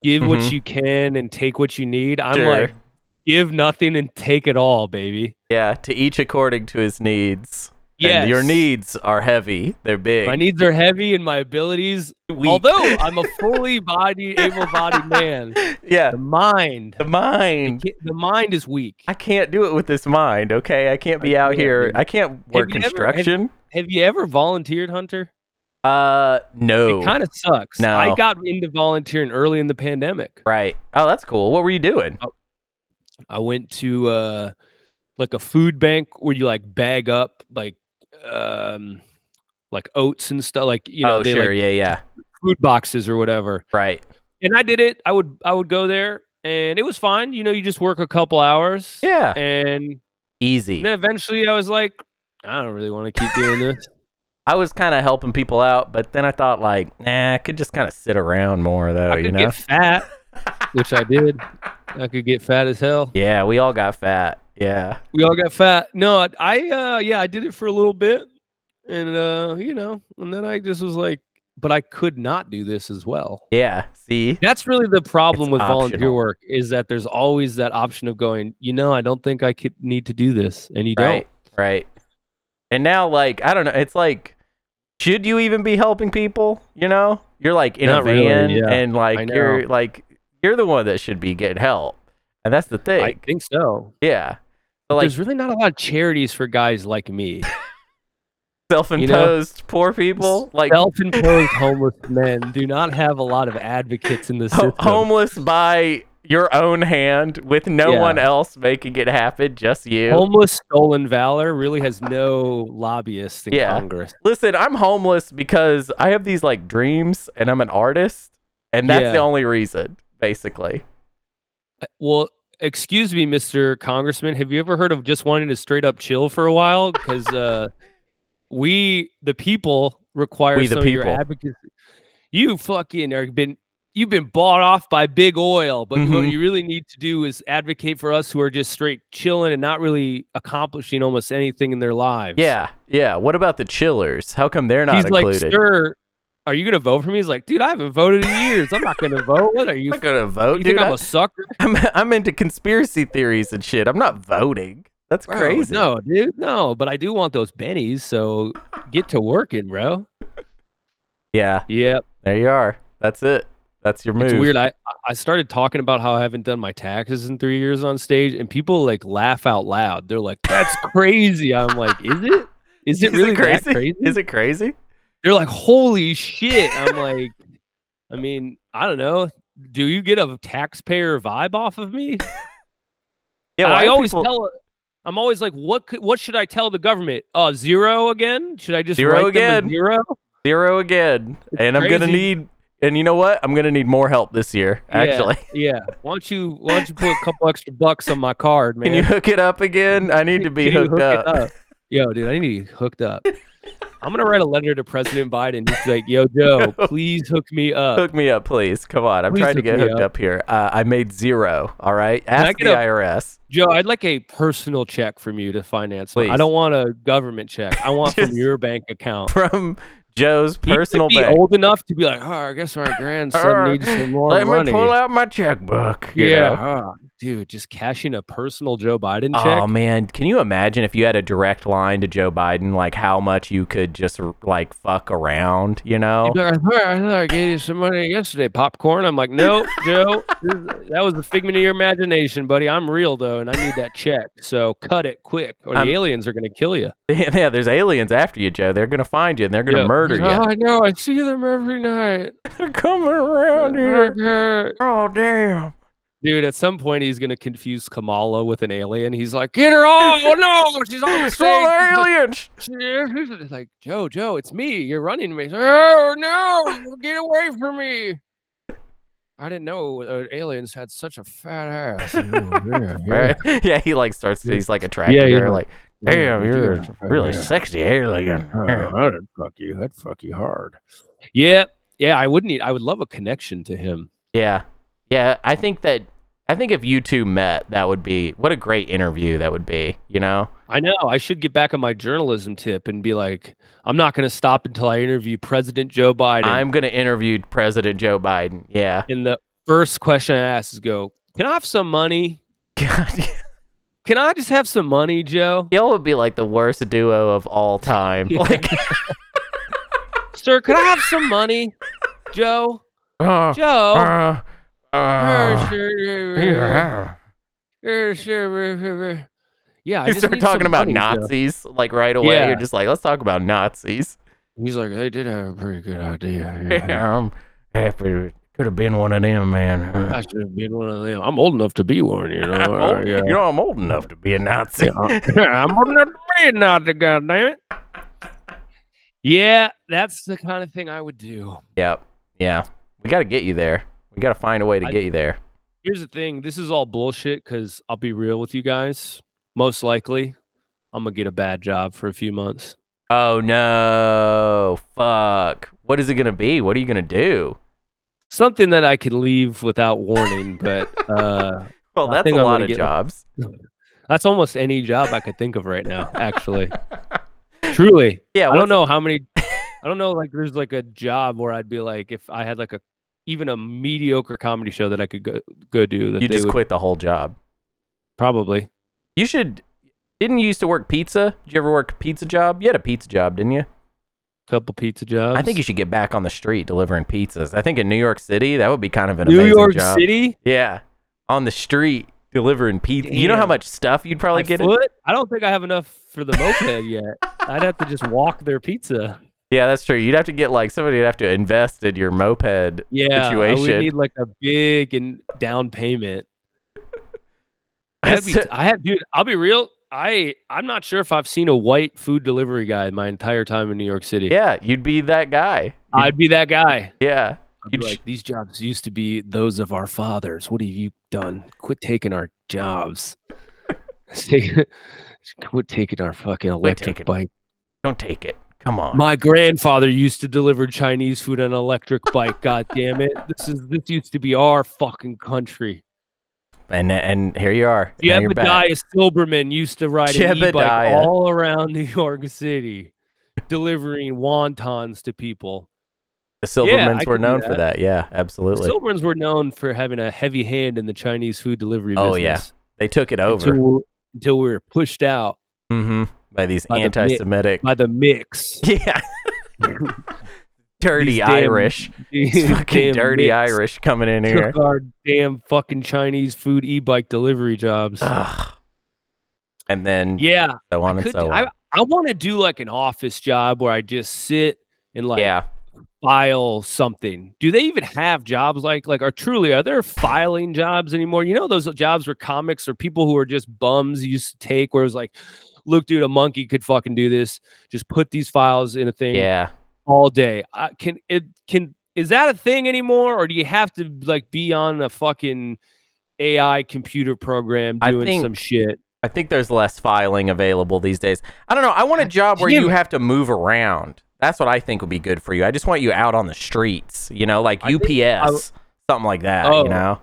Speaker 1: give
Speaker 2: Mhm.
Speaker 1: what you can and take what you need. I'm
Speaker 2: Sure.
Speaker 1: like, give nothing and take it all, baby.
Speaker 2: Yeah, to each according to his needs.
Speaker 1: Yeah.
Speaker 2: And your needs are heavy. They're big.
Speaker 1: My needs are heavy and my abilities.
Speaker 2: Weak.
Speaker 1: Although I'm a fully bodied, able bodied man,
Speaker 2: yeah,
Speaker 1: the mind,
Speaker 2: the mind.
Speaker 1: ki- the mind is weak.
Speaker 2: I can't do it with this mind, okay? I can't be
Speaker 1: I
Speaker 2: out
Speaker 1: can't,
Speaker 2: here.
Speaker 1: dude.
Speaker 2: I can't work
Speaker 1: you ever- have-
Speaker 2: construction.
Speaker 1: Have you ever volunteered, Hunter?
Speaker 2: uh, no.
Speaker 1: It kind of sucks.
Speaker 2: No.
Speaker 1: I got into volunteering early in the pandemic.
Speaker 2: right. Oh, that's cool. What were you doing?
Speaker 1: I went to uh like a food bank where you like bag up like um like oats and stuff like you know
Speaker 2: oh,
Speaker 1: they
Speaker 2: sure.
Speaker 1: like
Speaker 2: yeah, yeah.
Speaker 1: food boxes or whatever.
Speaker 2: Right.
Speaker 1: And I did it. I would I would go there and it was fine. You know, you just work a couple hours.
Speaker 2: Yeah.
Speaker 1: And
Speaker 2: Easy.
Speaker 1: then eventually I was like, I don't really want to keep doing this.
Speaker 2: I was kind of helping people out, but then I thought, like, nah, I could just kind of sit around more, though,
Speaker 1: I could
Speaker 2: you know?
Speaker 1: get fat, which I did. I could get fat as hell.
Speaker 2: yeah, we all got fat. Yeah.
Speaker 1: We all got fat. No, I- I uh yeah, I did it for a little bit and uh you know, and then I just was like but I could not do this as well.
Speaker 2: Yeah. See?
Speaker 1: That's really the problem with volunteer
Speaker 2: optional.
Speaker 1: work is that there's always that option of going, you know, I don't think I could need to do this and you
Speaker 2: Right. Right. And now, like, I don't know. It's like, should you even be helping people? You know, you're like in
Speaker 1: Not
Speaker 2: a
Speaker 1: really,
Speaker 2: van,
Speaker 1: yeah.
Speaker 2: and like
Speaker 1: know.
Speaker 2: you're like you're the one that should be getting help, and that's the
Speaker 1: don't.
Speaker 2: thing.
Speaker 1: I think so.
Speaker 2: yeah. But like
Speaker 1: there's really not a lot of charities for guys like me.
Speaker 2: self-imposed poor people, like
Speaker 1: Self-imposed homeless men do not have a lot of advocates in the
Speaker 2: ho-
Speaker 1: system.
Speaker 2: homeless by your own hand with no
Speaker 1: Yeah.
Speaker 2: one else making it happen, just you.
Speaker 1: homeless stolen valor really has no lobbyists in
Speaker 2: Yeah.
Speaker 1: Congress.
Speaker 2: Listen, I'm homeless because I have these like dreams, and I'm an artist, and that's the
Speaker 1: Yeah.
Speaker 2: only reason, basically.
Speaker 1: Uh, Well, excuse me, Mr. Congressman. Have you ever heard of just wanting to straight up chill for a while? Because uh, we, the people, require
Speaker 2: We, the
Speaker 1: some of your
Speaker 2: people.
Speaker 1: advocacy. You fucking are been you've been bought off by big oil, but what
Speaker 2: Mhm.
Speaker 1: you really need to do is advocate for us who are just straight chilling and not really accomplishing almost anything in their lives.
Speaker 2: Yeah, yeah. What about the chillers? How come they're not
Speaker 1: he's like,
Speaker 2: included?
Speaker 1: sir. Are you gonna vote for me? He's like, dude, I haven't voted in years. I'm not gonna vote. What are
Speaker 2: I'm
Speaker 1: you?
Speaker 2: not gonna vote,
Speaker 1: You
Speaker 2: dude.
Speaker 1: think
Speaker 2: I'm,
Speaker 1: I'm a sucker?
Speaker 2: I'm, I'm into conspiracy theories and shit. I'm not voting. That's
Speaker 1: Bro,
Speaker 2: crazy.
Speaker 1: No, dude, no, but I do want those bennies, so get to working, bro.
Speaker 2: Yeah,
Speaker 1: Yep.
Speaker 2: there you are. That's it. That's your move.
Speaker 1: It's weird. I I started talking about how I haven't done my taxes in three years on stage, and people like laugh out loud. They're like, "That's crazy." I'm like, "Is it? Is it really
Speaker 2: crazy?
Speaker 1: that crazy?"
Speaker 2: Is it crazy?
Speaker 1: They're like, "Holy shit!" I'm like, "I mean, I don't know. Do you get a taxpayer vibe off of me?"
Speaker 2: Yeah, why
Speaker 1: I
Speaker 2: do
Speaker 1: always
Speaker 2: people-
Speaker 1: tell. I'm always like, "What? Could, what should I tell the government? Uh, zero again? Should I just
Speaker 2: Zero
Speaker 1: write them a
Speaker 2: again.
Speaker 1: Zero?
Speaker 2: zero again, and I'm gonna
Speaker 1: crazy.
Speaker 2: need. And you know what? I'm gonna need more help this year.
Speaker 1: Yeah,
Speaker 2: Actually,
Speaker 1: Yeah. Why don't you why don't you put a couple extra bucks on my card, man?
Speaker 2: can you hook it up again? I need to be
Speaker 1: Can you
Speaker 2: hooked
Speaker 1: hook it
Speaker 2: up.
Speaker 1: Yo, dude, I need to be hooked up. I'm gonna write a letter to President Biden. He's like, "Yo, Joe, please hook me up."
Speaker 2: Hook me up, please. Come on. I'm
Speaker 1: Please
Speaker 2: trying to
Speaker 1: hook
Speaker 2: get
Speaker 1: me
Speaker 2: hooked up,
Speaker 1: up.
Speaker 2: here. Uh, I made zero. All right.
Speaker 1: I
Speaker 2: Ask the
Speaker 1: get a-
Speaker 2: IRS.
Speaker 1: Joe, I'd like a personal check from you to finance. Please. I
Speaker 2: Please.
Speaker 1: don't want a government check. I want from
Speaker 2: Just-
Speaker 1: your bank account.
Speaker 2: From Joe's
Speaker 1: He could
Speaker 2: personal
Speaker 1: be
Speaker 2: bank.
Speaker 1: old enough to be like, "Oh, I guess our grandson
Speaker 2: Arr,
Speaker 1: needs some more
Speaker 2: Let
Speaker 1: money."
Speaker 2: me pull out my checkbook. you
Speaker 1: yeah,
Speaker 2: know?
Speaker 1: huh. dude, just cashing a personal Joe Biden
Speaker 2: Oh
Speaker 1: check.
Speaker 2: man, can you imagine if you had a direct line to Joe Biden, like how much you could just like fuck around, you know?
Speaker 1: He'd be like, I thought, I thought I gave you some money yesterday, popcorn. I'm like, no, Joe, this is- that was a figment of your imagination, buddy. I'm real though, and I need that check. So cut it quick, or
Speaker 2: I'm-
Speaker 1: the aliens are gonna kill you.
Speaker 2: Yeah, there's aliens after you, Joe. They're gonna find you and they're gonna
Speaker 1: Yeah.
Speaker 2: murder
Speaker 1: Oh,
Speaker 2: you.
Speaker 1: I know. I see them every night.
Speaker 2: They're coming around here. Uh, Oh damn.
Speaker 1: Dude, at some point he's gonna confuse Kamala with an alien. He's like, get her off! Oh no, she's on the
Speaker 2: It's all
Speaker 1: stage.
Speaker 2: aliens.
Speaker 1: It's like, Joe, Joe, it's me. You're running me. Oh no, get away from me. I didn't know uh, aliens had such a fat ass. Oh, yeah, yeah.
Speaker 2: Right? Yeah, he like starts he's like attracted
Speaker 1: Yeah,
Speaker 2: to
Speaker 1: you're
Speaker 2: her, like,
Speaker 1: like,
Speaker 2: damn,
Speaker 1: Yeah,
Speaker 2: you're
Speaker 1: yeah,
Speaker 2: a really
Speaker 1: yeah. Uh,
Speaker 2: sexy alien.
Speaker 1: Yeah, I'd Oh, fuck you. I'd fuck you hard. Yeah, yeah. I wouldn't. I would love a connection to him.
Speaker 2: Yeah. Yeah. I think that I think if you two met, that would be what a great interview that would be, you know?
Speaker 1: I know. I should get back on my journalism tip and be like, I'm not going to stop until I interview President Joe Biden.
Speaker 2: I'm gonna interview President Joe Biden. Yeah.
Speaker 1: and the first question I ask is, "Go, can I have some money?
Speaker 2: God,
Speaker 1: Can I just have some money, Joe?
Speaker 2: y'all would be like the worst duo of all time.
Speaker 1: Yeah.
Speaker 2: Like,
Speaker 1: Sir, could I have some money, Joe?
Speaker 2: uh,
Speaker 1: Joe?
Speaker 2: uh,
Speaker 1: Er,
Speaker 2: uh,
Speaker 1: sure, er, er,
Speaker 2: yeah.
Speaker 1: er, sure, er, er, er." Yeah, I
Speaker 2: you
Speaker 1: just
Speaker 2: start
Speaker 1: need
Speaker 2: talking
Speaker 1: some
Speaker 2: about
Speaker 1: money, Joe.
Speaker 2: Nazis like right away.
Speaker 1: Yeah.
Speaker 2: You're just like, let's talk about Nazis.
Speaker 1: He's like, they did have a pretty good idea. yeah.
Speaker 2: Yeah, I'm happy. Could have been one of them, man.
Speaker 1: I should have been one of them. I'm old enough to be one, you know.
Speaker 2: I'm
Speaker 1: uh,
Speaker 2: old,
Speaker 1: yeah.
Speaker 2: You know, I'm old enough to be a Nazi.
Speaker 1: Yeah, I'm on the bed now, the goddamn it. Yeah, that's the kind of thing I would do.
Speaker 2: Yep. Yeah. We got to get you there. We got to find a way to
Speaker 1: I-
Speaker 2: get you there.
Speaker 1: Here's the thing: this is all bullshit. Because I'll be real with you guys. Most likely, I'm gonna get a bad job for a few months.
Speaker 2: Oh no! Fuck! What is it gonna be? What are you gonna do?
Speaker 1: Something that I could leave without warning, but uh,
Speaker 2: Well,
Speaker 1: I
Speaker 2: that's a
Speaker 1: think I'm
Speaker 2: lot
Speaker 1: gonna
Speaker 2: of
Speaker 1: get-
Speaker 2: jobs.
Speaker 1: that's almost any job I could think of right now. Actually, truly,
Speaker 2: Yeah.
Speaker 1: I
Speaker 2: what's-
Speaker 1: don't know how many. I don't know. Like, there's like a job where I'd be like, if I had like a even a mediocre comedy show that I could go go do, that
Speaker 2: You
Speaker 1: they
Speaker 2: just
Speaker 1: would
Speaker 2: quit the whole job.
Speaker 1: probably.
Speaker 2: You should. Didn't you used to work pizza? Did you ever work a pizza job? You had a pizza job, didn't you?
Speaker 1: couple pizza jobs.
Speaker 2: I think you should get back on the street delivering pizzas. I think in New York City that would be kind of an
Speaker 1: New
Speaker 2: amazing
Speaker 1: York
Speaker 2: job.
Speaker 1: City.
Speaker 2: Yeah, on the street delivering pizza. You know how
Speaker 1: Damn.
Speaker 2: much stuff
Speaker 1: I
Speaker 2: you'd probably get.
Speaker 1: foot? I don't think I have enough for the moped yet. I'd have to just walk their pizza.
Speaker 2: Yeah, that's true. You'd have to get like somebody would have to invest in your moped.
Speaker 1: Yeah, I
Speaker 2: Situation.
Speaker 1: would need like a big and down payment. That'd be t- I have, dude. I'll be real. I I'm not sure if I've seen a white food delivery guy my entire time in New York City.
Speaker 2: yeah, you'd be that guy. You'd-
Speaker 1: I'd be that guy.
Speaker 2: yeah.
Speaker 1: I'd be
Speaker 2: You'd-
Speaker 1: like, these jobs used to be those of our fathers. What have you done? Quit taking our jobs. Say- Quit taking our fucking
Speaker 2: taking-
Speaker 1: electric bike.
Speaker 2: Don't take it. Come on.
Speaker 1: My grandfather used to deliver Chinese food on an electric bike. God damn it! This is this used to be our fucking country.
Speaker 2: and and here you are. Now you're back.
Speaker 1: Jebediah Silberman used to ride an e-bike
Speaker 2: Jebediah.
Speaker 1: all around New York City, delivering wontons to people.
Speaker 2: The Silvermans
Speaker 1: I could
Speaker 2: were
Speaker 1: do
Speaker 2: known for
Speaker 1: that.
Speaker 2: that. Yeah,
Speaker 1: The
Speaker 2: absolutely.
Speaker 1: Silbermans were known for having a heavy hand in the Chinese food delivery
Speaker 2: Oh, yeah.
Speaker 1: business.
Speaker 2: they took it
Speaker 1: until,
Speaker 2: over.
Speaker 1: we- until we were pushed out
Speaker 2: hmm By these
Speaker 1: By the bit-
Speaker 2: anti-Semitic.
Speaker 1: by the mix.
Speaker 2: yeah.
Speaker 1: These
Speaker 2: dirty
Speaker 1: damn-
Speaker 2: Irish. These fucking dirty Irish coming in here.
Speaker 1: Took our damn fucking Chinese food e-bike delivery jobs.
Speaker 2: Ugh. And then
Speaker 1: yeah,
Speaker 2: so on and
Speaker 1: could,
Speaker 2: so on.
Speaker 1: I, I want to do like an office job where I just sit and like
Speaker 2: yeah.
Speaker 1: file something. Do they even have jobs like like are truly are there filing jobs anymore? You know those jobs where comics or people who are just bums used to take where it was like, look, dude, a monkey could fucking do this. Just put these files in a thing
Speaker 2: Yeah.
Speaker 1: all day. I, can it can is that a thing anymore, or do you have to like be on a fucking AI computer program
Speaker 2: I
Speaker 1: doing
Speaker 2: think-
Speaker 1: some shit?
Speaker 2: I think there's less filing available these days. I don't know. I
Speaker 1: Uh,
Speaker 2: want a job where you
Speaker 1: Damn.
Speaker 2: have to move around. That's what I think would be good for you. I just want you out on the streets, you know, like
Speaker 1: I think I w-
Speaker 2: UPS, something like that,
Speaker 1: Oh.
Speaker 2: you know.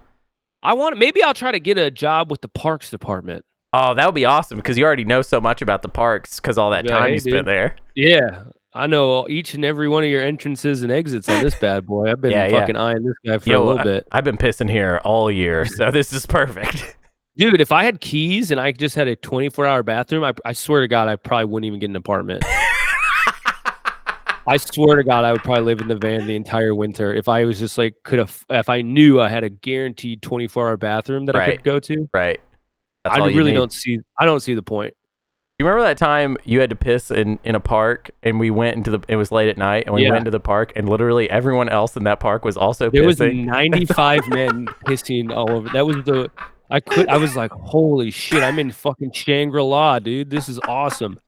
Speaker 1: I want maybe I'll try to get a job with the parks department.
Speaker 2: Oh, that would be awesome because you already know so much about the parks because all that
Speaker 1: Yeah,
Speaker 2: time
Speaker 1: hey,
Speaker 2: you spent
Speaker 1: dude.
Speaker 2: there.
Speaker 1: Yeah. I know each and every one of your entrances and exits on this bad boy. I've been
Speaker 2: Yeah, yeah.
Speaker 1: fucking eyeing this guy for a
Speaker 2: Yo,
Speaker 1: little
Speaker 2: I-
Speaker 1: bit.
Speaker 2: I've been pissing here all year, so this is perfect.
Speaker 1: Dude, if I had keys and I just had a 24 hour bathroom, I, I swear to God, I probably wouldn't even get an apartment. I swear to God, I would probably live in the van the entire winter if I was just like, could have, if I knew I had a guaranteed 24 hour bathroom that I
Speaker 2: Right.
Speaker 1: could go to.
Speaker 2: right. That's
Speaker 1: I
Speaker 2: all you
Speaker 1: really
Speaker 2: need.
Speaker 1: don't see, I don't see the point.
Speaker 2: You remember that time you had to piss in, in a park and we went into the it was late at night and we
Speaker 1: Yeah.
Speaker 2: went into the park and literally everyone else in that park was also
Speaker 1: There was
Speaker 2: pissing.
Speaker 1: 95 men pissing all over. That was the, I could, I was like, holy shit, I'm in fucking Shangri La, dude. This is awesome.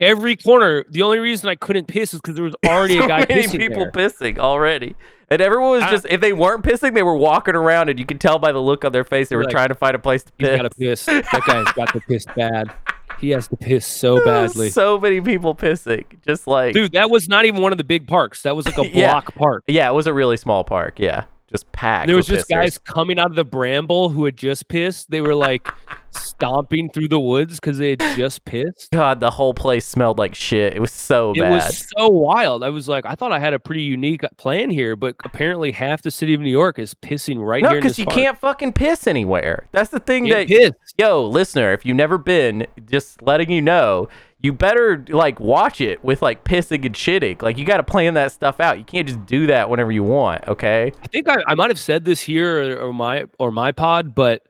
Speaker 1: Every corner. The only reason I couldn't piss is because there was already
Speaker 2: so
Speaker 1: a guy
Speaker 2: many
Speaker 1: pissing
Speaker 2: people
Speaker 1: there.
Speaker 2: pissing already. And everyone was
Speaker 1: I-
Speaker 2: just if they weren't pissing, they were walking around and you could tell by the look on their face they were
Speaker 1: Like,
Speaker 2: trying to find a place to
Speaker 1: He's
Speaker 2: piss.
Speaker 1: got to piss. That guy's got to piss bad. He has to piss so badly.
Speaker 2: so many people pissing. Just like
Speaker 1: Dude, that was not even one of the big parks. That was like a
Speaker 2: Yeah.
Speaker 1: block park.
Speaker 2: Yeah, it was a really small park. Yeah. Just packed.
Speaker 1: There was
Speaker 2: with
Speaker 1: just
Speaker 2: pissers.
Speaker 1: guys coming out of the bramble who had just pissed. They were like stomping through the woods because they had just pissed.
Speaker 2: God, the whole place smelled like shit. It was so
Speaker 1: It
Speaker 2: bad.
Speaker 1: was so wild. I was like, I thought I had a pretty unique uh, plan here, but apparently half the city of New York is pissing right
Speaker 2: no,
Speaker 1: here.
Speaker 2: because you can't fucking piss anywhere. That's the thing that
Speaker 1: get pissed.
Speaker 2: yo, listener, if you've never been, just letting you know, you better like watch it with like pissing and shitting. Like you gotta plan that stuff out. You can't just do that whenever you want, okay?
Speaker 1: I think I, I might have said this here or, or my or my pod, but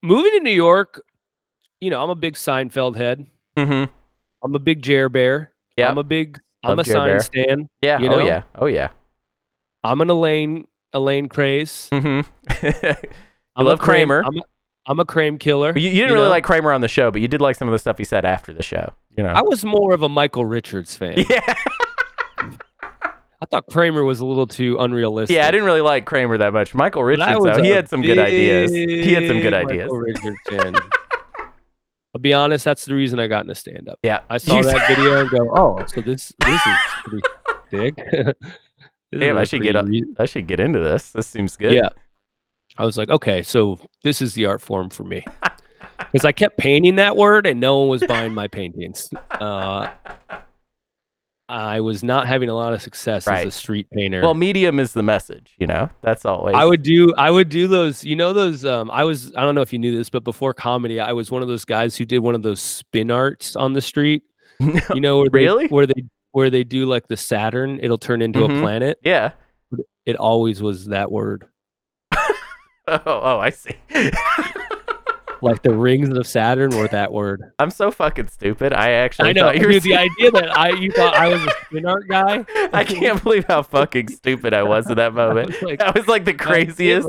Speaker 1: moving to New York, you know, I'm a big Seinfeld head.
Speaker 2: Mm-hmm.
Speaker 1: I'm a big Jer Bear.
Speaker 2: Yep.
Speaker 1: I'm a big
Speaker 2: Love
Speaker 1: I'm a
Speaker 2: Jer
Speaker 1: sign
Speaker 2: Bear.
Speaker 1: stan.
Speaker 2: Yeah,
Speaker 1: You
Speaker 2: oh
Speaker 1: know?
Speaker 2: yeah. Oh yeah.
Speaker 1: I'm an Elaine Elaine Craze.
Speaker 2: Mm-hmm.
Speaker 1: I
Speaker 2: love Kramer.
Speaker 1: I'm a, I'm a Kramer killer.
Speaker 2: you, you didn't
Speaker 1: you
Speaker 2: really
Speaker 1: know?
Speaker 2: like Kramer on the show, but you did like some of the stuff he said after the show. You know.
Speaker 1: I was more of a Michael Richards fan.
Speaker 2: yeah.
Speaker 1: I thought Kramer was a little too unrealistic.
Speaker 2: Yeah, I didn't really like Kramer that much. Michael
Speaker 1: But I
Speaker 2: Richards,
Speaker 1: was
Speaker 2: though, he
Speaker 1: a
Speaker 2: had some good ideas. He had some
Speaker 1: big
Speaker 2: good ideas.
Speaker 1: Michael Richards fan. I'll be honest, that's the reason I got into stand up.
Speaker 2: Yeah.
Speaker 1: I saw
Speaker 2: You-
Speaker 1: that video and go, oh, so this this is pretty thick. This is
Speaker 2: Damn, I
Speaker 1: a
Speaker 2: should
Speaker 1: pretty
Speaker 2: get up-
Speaker 1: re-
Speaker 2: I should get into this. This seems good.
Speaker 1: Yeah. I was like, okay, so this is the art form for me. Because I kept painting that word and no one was buying my paintings. Uh, I was not having a lot of success
Speaker 2: Right.
Speaker 1: as a street painter.
Speaker 2: Well, medium is the message, you know? That's always.
Speaker 1: I would do I would do those, you know those um I was I don't know if you knew this, but before comedy, I was one of those guys who did one of those spin arts on the street. You know, where they-
Speaker 2: Really?
Speaker 1: where they where they do like the Saturn, it'll turn into
Speaker 2: Mhm.
Speaker 1: a planet.
Speaker 2: yeah.
Speaker 1: It always was that word.
Speaker 2: Oh, oh, I see.
Speaker 1: Like the rings of Saturn were that word.
Speaker 2: I'm so fucking stupid. I actually
Speaker 1: I know.
Speaker 2: thought you were
Speaker 1: Dude, the idea that I you thought I was a spin art guy.
Speaker 2: I can't believe how fucking stupid I was in that moment.
Speaker 1: was like,
Speaker 2: that was like the craziest.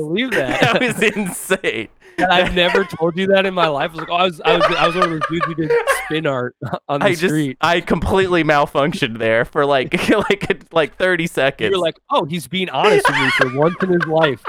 Speaker 1: I can't believe
Speaker 2: That
Speaker 1: that.
Speaker 2: was insane.
Speaker 1: And I've never told you that in my life. I was like, oh, I was I was I was one of those dudes who did spin art on the
Speaker 2: I just
Speaker 1: street.
Speaker 2: I completely malfunctioned there for like like a- like 30 seconds.
Speaker 1: You're like, oh, he's being honest with me for once in his life.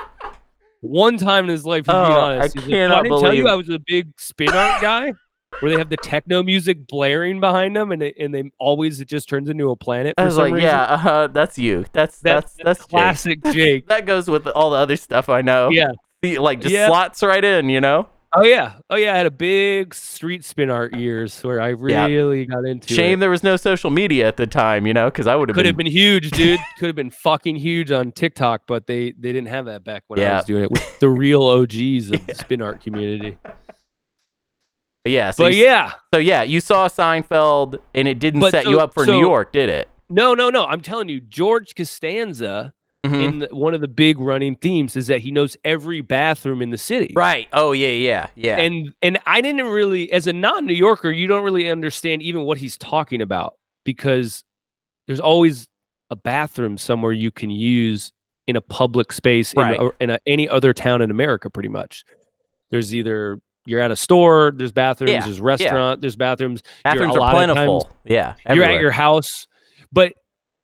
Speaker 1: One time in his life, he's
Speaker 2: Oh,
Speaker 1: being
Speaker 2: I
Speaker 1: honest. He's like, "Oh,
Speaker 2: cannot
Speaker 1: I didn't tell
Speaker 2: believe-
Speaker 1: you I was a big spin art guy, where they have the techno music blaring behind them, and they, and they always it just turns into a planet. For
Speaker 2: I was
Speaker 1: some
Speaker 2: like,
Speaker 1: reason.
Speaker 2: yeah, uh-huh, that's you. That's that's
Speaker 1: That's-
Speaker 2: that's, Jake.
Speaker 1: classic Jake.
Speaker 2: That goes with all the other stuff I know.
Speaker 1: yeah,
Speaker 2: The- like just
Speaker 1: Yeah.
Speaker 2: slots right in, you know?
Speaker 1: Oh yeah, oh yeah. I had a big street spin art years where I
Speaker 2: Yeah.
Speaker 1: really got into
Speaker 2: Shame
Speaker 1: it.
Speaker 2: there was no social media at the time, you know, because I would have
Speaker 1: Could
Speaker 2: been,
Speaker 1: have been huge, dude. Could have been fucking huge on TikTok, but they they didn't have that back when
Speaker 2: Yeah.
Speaker 1: I was doing it with the real OGs of the spin art community.
Speaker 2: Yeah, so
Speaker 1: But
Speaker 2: you,
Speaker 1: yeah,
Speaker 2: so yeah, you saw Seinfeld and it didn't
Speaker 1: But
Speaker 2: set
Speaker 1: so-
Speaker 2: you up for New
Speaker 1: so-
Speaker 2: York, did it?
Speaker 1: no, no, no. I'm telling you, George Costanza
Speaker 2: Mhm.
Speaker 1: in the, one of the big running themes is that he knows every bathroom in the city.
Speaker 2: Right. Oh yeah, yeah, yeah.
Speaker 1: And and I didn't really, as a non-New Yorker, you don't really understand even what he's talking about because there's always a bathroom somewhere you can use in a public space in,
Speaker 2: Right.
Speaker 1: a, in a, any other town in America, pretty much. There's either you're at a store, there's bathrooms,
Speaker 2: Yeah,
Speaker 1: there's restaurant, there's bathrooms.
Speaker 2: Bathrooms
Speaker 1: a
Speaker 2: are
Speaker 1: lot of times-
Speaker 2: plentiful. yeah.
Speaker 1: You're at your house, but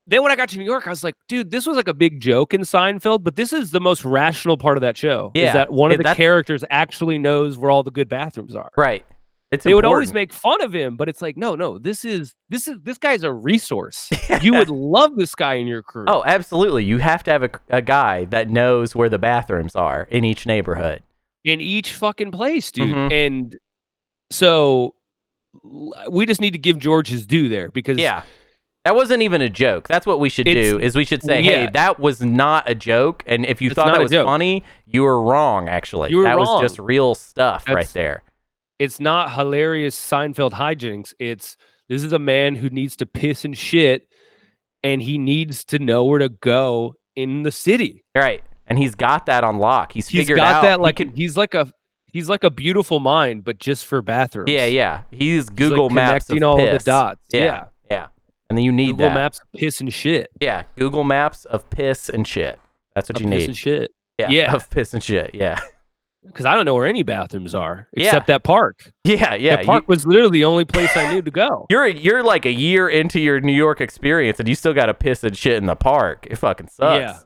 Speaker 1: then when I got to New York, I was like, dude, this was like a big joke in Seinfeld, but this is the most rational part of that show.
Speaker 2: Yeah.
Speaker 1: Is that one
Speaker 2: Yeah,
Speaker 1: of the
Speaker 2: that's-
Speaker 1: characters actually knows where all the good bathrooms are.
Speaker 2: Right. It's
Speaker 1: They would always
Speaker 2: important.
Speaker 1: make fun of him, but it's like, no, no, this is this is this guy's a resource. you would love this guy in your crew.
Speaker 2: Oh, absolutely. You have to have a, a guy that knows where the bathrooms are in each neighborhood.
Speaker 1: in each fucking place, dude.
Speaker 2: Mhm.
Speaker 1: And so l- we just need to give George his due there because
Speaker 2: Yeah. That wasn't even a joke. That's what we should
Speaker 1: It's-
Speaker 2: do is we should say, "Hey,
Speaker 1: yeah.
Speaker 2: that was not a joke." And if you
Speaker 1: It's
Speaker 2: thought
Speaker 1: not
Speaker 2: that
Speaker 1: a
Speaker 2: was
Speaker 1: joke.
Speaker 2: funny, you were wrong actually.
Speaker 1: You were
Speaker 2: that
Speaker 1: wrong.
Speaker 2: was just real stuff right
Speaker 1: That's-
Speaker 2: there.
Speaker 1: it's not hilarious Seinfeld hijinks. It's this is a man who needs to piss and shit, and he needs to know where to go in the city.
Speaker 2: Right. And he's got that on lock. He's,
Speaker 1: He's
Speaker 2: figured
Speaker 1: got
Speaker 2: out
Speaker 1: that
Speaker 2: he
Speaker 1: like
Speaker 2: could-
Speaker 1: he's like a he's like a beautiful mind, but just for bathrooms.
Speaker 2: Yeah, yeah. He's
Speaker 1: He's, like,
Speaker 2: Google Maps of
Speaker 1: connecting all
Speaker 2: piss.
Speaker 1: the dots.
Speaker 2: Yeah, And then you need
Speaker 1: Google
Speaker 2: that.
Speaker 1: Maps piss and shit.
Speaker 2: Yeah, Google Maps of piss and shit. That's what
Speaker 1: of
Speaker 2: you
Speaker 1: piss
Speaker 2: need.
Speaker 1: and shit.
Speaker 2: Yeah,
Speaker 1: Yeah.
Speaker 2: of piss and shit. Yeah,
Speaker 1: Because I don't know where any bathrooms are
Speaker 2: Yeah.
Speaker 1: except that park.
Speaker 2: yeah, yeah.
Speaker 1: that park was literally the only place I knew to go.
Speaker 2: You, are you're like a year into your New York experience, and you still got to piss and shit in the park. It fucking sucks.
Speaker 1: Yeah.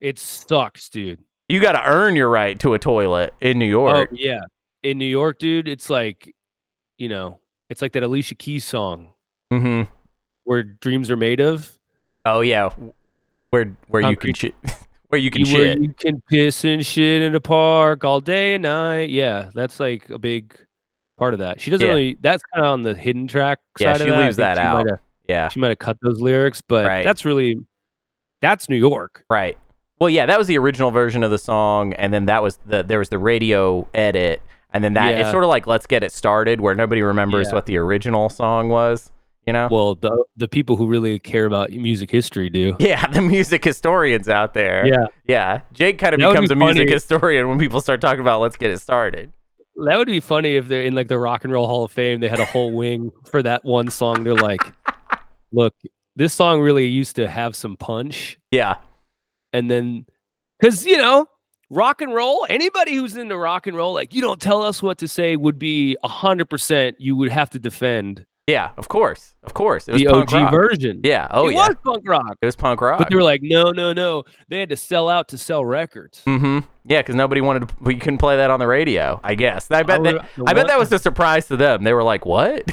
Speaker 1: It sucks, dude.
Speaker 2: You got to earn your right to a toilet in New
Speaker 1: Oh
Speaker 2: York.
Speaker 1: yeah, in New York, dude, it's like, you know, it's like that Alicia Keys song
Speaker 2: hmm
Speaker 1: where dreams are made of.
Speaker 2: Oh yeah, where where you can
Speaker 1: Concrete.
Speaker 2: shit, where you can
Speaker 1: You- where
Speaker 2: shit.
Speaker 1: you can piss and shit in the park all day and night. Yeah, that's like a big part of that. She doesn't
Speaker 2: Yeah.
Speaker 1: really. That's kind of on the hidden track.
Speaker 2: Yeah,
Speaker 1: side
Speaker 2: she
Speaker 1: of that. I
Speaker 2: leaves
Speaker 1: think
Speaker 2: that
Speaker 1: she might
Speaker 2: out.
Speaker 1: have-
Speaker 2: yeah,
Speaker 1: She might have cut those lyrics, but
Speaker 2: Right.
Speaker 1: that's really, that's New York.
Speaker 2: Right. Well, yeah, that was the original version of the song, and then that was the there was the radio edit, and then that it's
Speaker 1: Yeah.
Speaker 2: sort of like let's get it started, where nobody remembers
Speaker 1: Yeah.
Speaker 2: what the original song was. You know?
Speaker 1: Well, the the people who really care about music history do.
Speaker 2: yeah, the music historians out there.
Speaker 1: Yeah.
Speaker 2: Yeah. Jake kind of
Speaker 1: That would
Speaker 2: becomes
Speaker 1: be
Speaker 2: a music
Speaker 1: funny.
Speaker 2: historian when people start talking about let's get it started.
Speaker 1: That would be funny if they're in like the Rock and Roll Hall of Fame. They had a whole wing for that one song. They're like, look, this song really used to have some punch.
Speaker 2: Yeah.
Speaker 1: And then, because, you know, rock and roll, anybody who's into rock and roll, like, you don't tell us what to say would be 100% you would have to defend
Speaker 2: Yeah. Of course. Of course. It was
Speaker 1: the
Speaker 2: punk
Speaker 1: OG
Speaker 2: rock.
Speaker 1: version.
Speaker 2: Yeah. Oh
Speaker 1: it
Speaker 2: yeah.
Speaker 1: was punk rock.
Speaker 2: It was punk rock.
Speaker 1: But they were like, no, no, no. They had to sell out to sell records.
Speaker 2: Mm-hmm. Yeah, because nobody wanted to. We couldn't play that on the radio. I guess. I bet.
Speaker 1: I
Speaker 2: that,
Speaker 1: would-
Speaker 2: I bet
Speaker 1: what?
Speaker 2: that was a surprise to them. They were like, "What?"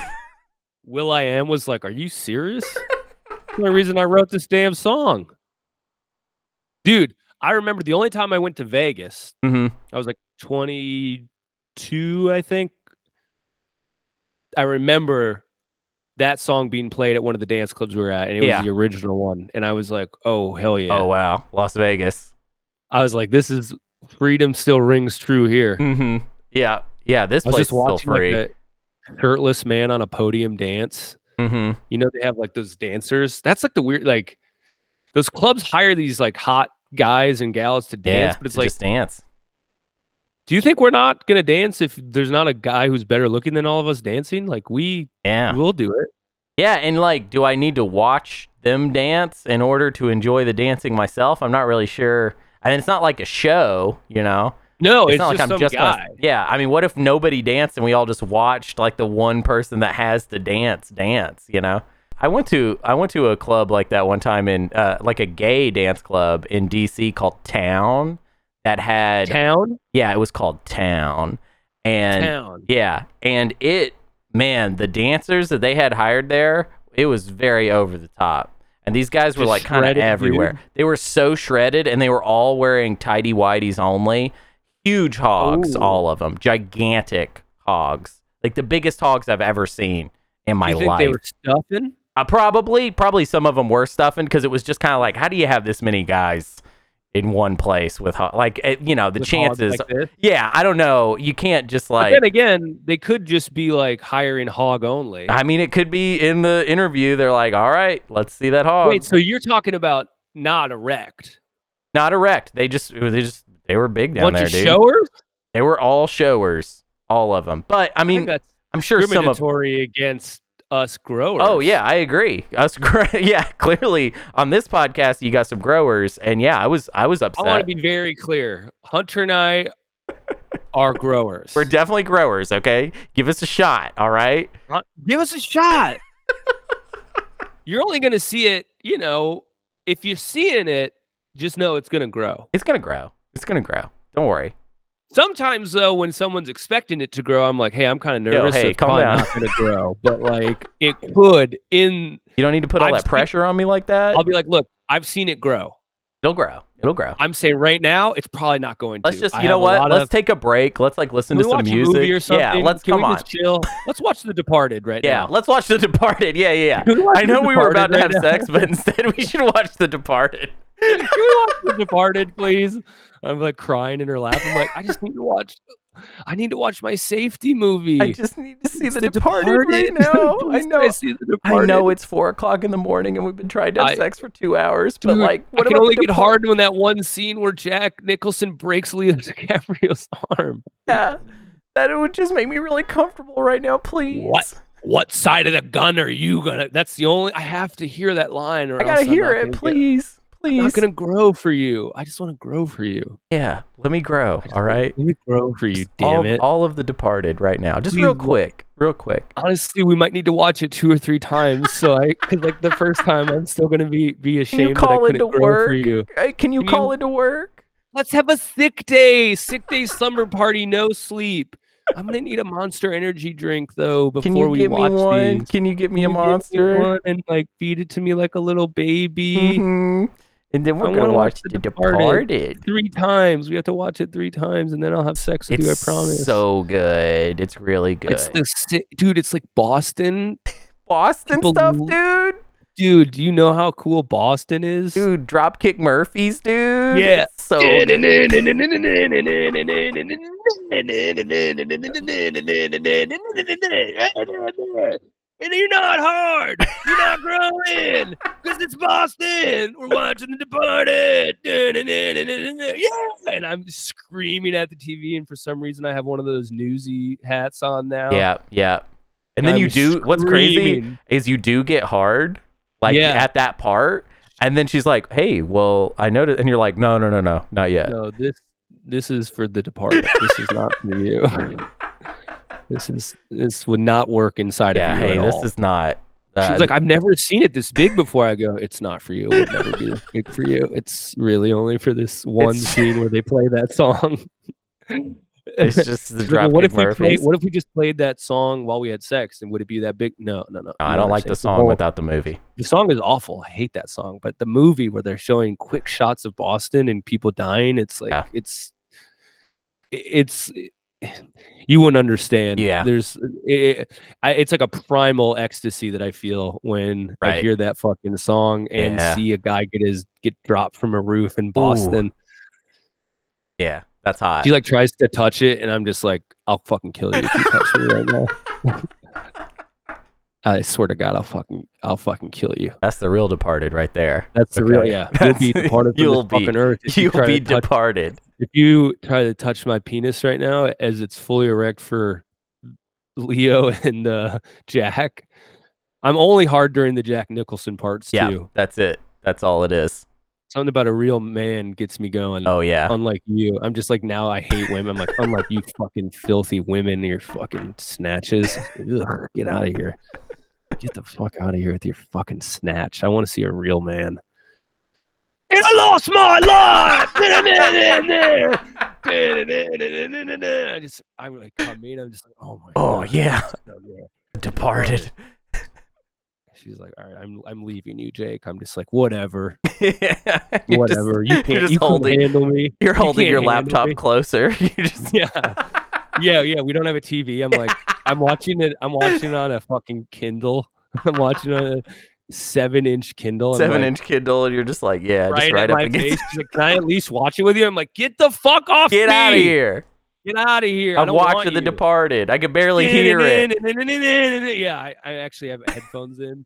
Speaker 1: Will I Am was like, Are you serious? the only reason I wrote this damn song. Dude, I remember the only time I went to Vegas,
Speaker 2: mm-hmm.
Speaker 1: I was like 22, I think. I remember that song being played at one of the dance clubs we were at, and it
Speaker 2: Yeah.
Speaker 1: was the original one. And I was like, Oh, hell yeah.
Speaker 2: Oh wow, Las Vegas.
Speaker 1: I was like, This is freedom still rings true here.
Speaker 2: hmm Yeah, yeah. This
Speaker 1: I was
Speaker 2: place is
Speaker 1: just
Speaker 2: still
Speaker 1: watching like,
Speaker 2: free.
Speaker 1: a shirtless man on a podium dance.
Speaker 2: hmm
Speaker 1: You know, they have like those dancers. That's like the weird, like those clubs hire these like hot guys and gals to
Speaker 2: Yeah,
Speaker 1: dance. but it's
Speaker 2: to
Speaker 1: like,
Speaker 2: just dance.
Speaker 1: do you think we're not gonna dance if there's not a guy who's better looking than all of us dancing? Like we
Speaker 2: Yeah,
Speaker 1: will do it.
Speaker 2: yeah. And like, do I need to watch them dance in order to enjoy the dancing myself? I'm not really sure. And it's not like a show, you know.
Speaker 1: No, Oh, it's,
Speaker 2: not
Speaker 1: just
Speaker 2: like
Speaker 1: some
Speaker 2: I'm just
Speaker 1: guy.
Speaker 2: gonna- yeah. I mean, what if nobody danced and we all just watched like the one person that has to dance dance? You know. I went to I went to a club like that one time in uh, like a gay dance club in D.C. called Town that had
Speaker 1: Town,
Speaker 2: Yeah, it was called Town. And
Speaker 1: town.
Speaker 2: yeah, and it man, the dancers that they had hired there, it was very over the top. And these guys were
Speaker 1: Just
Speaker 2: like kind of
Speaker 1: shredded,
Speaker 2: everywhere.
Speaker 1: dude.
Speaker 2: They were so shredded and they were all wearing tidy whities only. Huge hogs,
Speaker 1: Ooh.
Speaker 2: all of them. Gigantic hogs. Like the biggest hogs I've ever seen in my
Speaker 1: you think
Speaker 2: life.
Speaker 1: they were stuffing?
Speaker 2: Uh, probably, probably some of them were stuffing because it was just kind of like, how do you have this many guys in one place with ho- like it, you know the
Speaker 1: with hogs
Speaker 2: chances?
Speaker 1: like this?
Speaker 2: yeah, I don't know. You can't just
Speaker 1: but
Speaker 2: like.
Speaker 1: then again, they could just be like hiring hog only.
Speaker 2: I mean, it could be in the interview. They're like, all right, let's see that hog.
Speaker 1: Wait, so you're talking about not erect?
Speaker 2: Not erect. They just, they just, they were big down
Speaker 1: Bunch
Speaker 2: there,
Speaker 1: of
Speaker 2: dude.
Speaker 1: showers?
Speaker 2: They were all showers, all of them. But I
Speaker 1: I think
Speaker 2: mean,
Speaker 1: that's
Speaker 2: I'm sure some of.
Speaker 1: discriminatory against us growers.
Speaker 2: Oh yeah, I agree. Us, gr- yeah, clearly on this podcast, you got some growers, and yeah, I was, I was
Speaker 1: I
Speaker 2: upset.
Speaker 1: want to be very clear. Hunter and I are growers.
Speaker 2: We're definitely growers, okay? Give us a shot, all right?
Speaker 1: Hun- Give us a shot. You're only going to see it, you know, if you're seeing it, just know it's gonna grow.
Speaker 2: It's gonna grow. It's gonna grow. Don't worry.
Speaker 1: Sometimes though, when someone's expecting it to grow, I'm like, hey, I'm kind of nervous. so
Speaker 2: hey,
Speaker 1: it's
Speaker 2: calm
Speaker 1: probably
Speaker 2: down.
Speaker 1: not gonna grow, but like it could. In
Speaker 2: You don't need to put all
Speaker 1: I've
Speaker 2: that
Speaker 1: seen-
Speaker 2: pressure on me like that.
Speaker 1: I'll be like, look, I've seen it grow.
Speaker 2: It'll grow. It'll grow.
Speaker 1: I'm saying right now, it's probably not going
Speaker 2: Let's
Speaker 1: to.
Speaker 2: just,
Speaker 1: I
Speaker 2: you
Speaker 1: have a
Speaker 2: know what?
Speaker 1: lot
Speaker 2: Let's
Speaker 1: of-
Speaker 2: take a break. Let's like listen
Speaker 1: Can
Speaker 2: to
Speaker 1: we
Speaker 2: some
Speaker 1: watch a
Speaker 2: music.
Speaker 1: movie or something.
Speaker 2: Yeah, let's
Speaker 1: Can
Speaker 2: come
Speaker 1: we
Speaker 2: on.
Speaker 1: Just chill. Let's watch The Departed right
Speaker 2: Yeah,
Speaker 1: now.
Speaker 2: let's watch The Departed. Yeah, yeah, yeah.
Speaker 1: Can watch
Speaker 2: I know
Speaker 1: The
Speaker 2: we were about
Speaker 1: Departed
Speaker 2: to have
Speaker 1: right now?
Speaker 2: sex, but instead we should watch The Departed.
Speaker 1: Can we watch The Departed, please? I'm like crying in her lap. I'm like, I just need to watch. I need to watch my safety movie.
Speaker 2: I just need to see
Speaker 1: It's
Speaker 2: The, Departed, right now. I
Speaker 1: Please can
Speaker 2: know.
Speaker 1: see the
Speaker 2: I
Speaker 1: Departed.
Speaker 2: know it's four o'clock in the morning and we've been trying to have
Speaker 1: I-
Speaker 2: sex for two hours, but
Speaker 1: Dude,
Speaker 2: like,
Speaker 1: I
Speaker 2: what
Speaker 1: can
Speaker 2: about
Speaker 1: only
Speaker 2: The
Speaker 1: get hard when that one scene where Jack Nicholson breaks Leo DiCaprio's arm.
Speaker 2: Departed? That it would just make me really comfortable right now, please.
Speaker 1: What? What side of the gun are you gonna? That's the only. I have to hear that line, or
Speaker 2: I gotta
Speaker 1: else I'm
Speaker 2: hear
Speaker 1: not
Speaker 2: it,
Speaker 1: gonna get-
Speaker 2: please.
Speaker 1: I'm
Speaker 2: Please.
Speaker 1: not gonna grow for you. I just want to grow for you.
Speaker 2: Yeah, let me grow.
Speaker 1: I just
Speaker 2: All
Speaker 1: wanna-
Speaker 2: right.
Speaker 1: let me grow for you. Damn
Speaker 2: all,
Speaker 1: it.
Speaker 2: all of the departed right now. Just real
Speaker 1: Please.
Speaker 2: quick. Real quick.
Speaker 1: Honestly, we might need to watch it two or three times. So I, cause like the first time, I'm still gonna be be ashamed
Speaker 2: call
Speaker 1: that I couldn't
Speaker 2: into
Speaker 1: grow
Speaker 2: work?
Speaker 1: for you.
Speaker 2: Hey, can you
Speaker 1: Can you-
Speaker 2: call into work?
Speaker 1: Let's have a sick day, sick day slumber party, no sleep. I'm gonna need a Monster Energy drink though before
Speaker 2: Can you
Speaker 1: we
Speaker 2: give me
Speaker 1: watch
Speaker 2: one?
Speaker 1: these.
Speaker 2: Can you give me a
Speaker 1: You give me
Speaker 2: monster?
Speaker 1: one Mm-hmm. and like feed it to me like a little baby.
Speaker 2: Mhm. And then we're
Speaker 1: I
Speaker 2: gonna
Speaker 1: wanna
Speaker 2: watch
Speaker 1: watch
Speaker 2: The
Speaker 1: The Departed.
Speaker 2: Departed.
Speaker 1: Three times. We have to watch it three times, and then I'll have sex with you. I
Speaker 2: It's
Speaker 1: promise.
Speaker 2: so good. It's really good.
Speaker 1: it's the si- dude. It's like Boston,
Speaker 2: Boston
Speaker 1: people
Speaker 2: stuff,
Speaker 1: lo-
Speaker 2: dude.
Speaker 1: dude. Do you know how cool Boston is?
Speaker 2: Dude, Dropkick Murphys, dude.
Speaker 1: Yeah.
Speaker 2: It's so
Speaker 1: And you're not hard. You're not growing. Because it's Boston. We're watching The Departed. Yeah. And I'm screaming at the TV. And for some reason, I have one of those newsy hats on now.
Speaker 2: yeah, yeah. And then
Speaker 1: I'm
Speaker 2: you do what's crazy
Speaker 1: screaming.
Speaker 2: is you do get hard, like
Speaker 1: Yeah.
Speaker 2: at that part, and then she's like, "Hey, well, I noticed," and you're like, "No, no, no, no, not yet."
Speaker 1: No, this this is for The Departed. this is not for you. This is this would not work inside
Speaker 2: yeah,
Speaker 1: of you.
Speaker 2: hey,
Speaker 1: at
Speaker 2: this
Speaker 1: all.
Speaker 2: is not.
Speaker 1: She's
Speaker 2: uh,
Speaker 1: like, I've never seen it this big before. I go, it's not for you. It would never be this big for you. It's really only for this one
Speaker 2: It's-
Speaker 1: scene where they play that song.
Speaker 2: it's just the
Speaker 1: She's like, "Well,
Speaker 2: Dropkick
Speaker 1: what if we play,
Speaker 2: Murphys.
Speaker 1: what if we just played that song while we had sex? And would it be that big? No, no, no.
Speaker 2: No, I
Speaker 1: you know what
Speaker 2: don't
Speaker 1: I'm
Speaker 2: like
Speaker 1: saying?
Speaker 2: the
Speaker 1: It's
Speaker 2: song
Speaker 1: whole-
Speaker 2: without the movie.
Speaker 1: The song is awful. I hate that song. But the movie where they're showing quick shots of Boston and people dying, it's like
Speaker 2: Yeah.
Speaker 1: it's i- it's you wouldn't understand.
Speaker 2: Yeah.
Speaker 1: there's it, I, it's like a primal ecstasy that I feel when I
Speaker 2: Right.
Speaker 1: hear that fucking song and
Speaker 2: Yeah.
Speaker 1: see a guy get his get dropped from a roof in Boston.
Speaker 2: Yeah, that's hot.
Speaker 1: He like tries to touch it, and I'm just like, I'll fucking kill you if you touch me right now. I swear to God, I'll fucking I'll fucking kill you.
Speaker 2: that's the real Departed right there.
Speaker 1: That's the real
Speaker 2: Okay.
Speaker 1: yeah. You'll be
Speaker 2: That's-
Speaker 1: departed from
Speaker 2: you'll
Speaker 1: this
Speaker 2: be-
Speaker 1: fucking earth. If you,
Speaker 2: You'll
Speaker 1: try
Speaker 2: be
Speaker 1: to touch,
Speaker 2: departed.
Speaker 1: if you try to touch my penis right now, as it's fully erect for Leo and uh, Jack, I'm only hard during the Jack Nicholson parts
Speaker 2: Yeah,
Speaker 1: too.
Speaker 2: that's it. That's all it is.
Speaker 1: Something about a real man gets me going.
Speaker 2: Oh yeah.
Speaker 1: Unlike you, I'm just like now I hate women. I'm like unlike you, fucking filthy women, your fucking snatches. Ugh, get out of here. Get the fuck out of here with your fucking snatch. I want to see a real man. And I lost my life. I just, I'm like, I mean, I'm just like, oh my.
Speaker 2: Oh,
Speaker 1: God,
Speaker 2: yeah.
Speaker 1: this is so good.
Speaker 2: Departed.
Speaker 1: She's like, all right, I'm, I'm leaving you, Jake. I'm just like, whatever,
Speaker 2: You're just-
Speaker 1: whatever. you
Speaker 2: you're
Speaker 1: can't,
Speaker 2: just
Speaker 1: you
Speaker 2: holding-
Speaker 1: can't handle me.
Speaker 2: You're holding
Speaker 1: can't
Speaker 2: your
Speaker 1: handle
Speaker 2: laptop
Speaker 1: me.
Speaker 2: closer. You just
Speaker 1: Yeah. yeah, yeah. We don't have a TV. I'm like, I'm watching it. I'm watching it on a fucking Kindle. I'm watching it on a seven-inch Kindle. I'm
Speaker 2: seven
Speaker 1: like,
Speaker 2: inch Kindle, and you're just like, yeah, just
Speaker 1: Right,
Speaker 2: right
Speaker 1: at
Speaker 2: up
Speaker 1: my
Speaker 2: against.
Speaker 1: face. She's like, Can I at least watch it with you? I'm like, get the fuck off!
Speaker 2: Get out of
Speaker 1: me!
Speaker 2: here!
Speaker 1: Get out of here! I
Speaker 2: I'm
Speaker 1: don't want
Speaker 2: watching The
Speaker 1: you."
Speaker 2: Departed. I can barely hear it.
Speaker 1: Yeah, I, I actually have headphones in.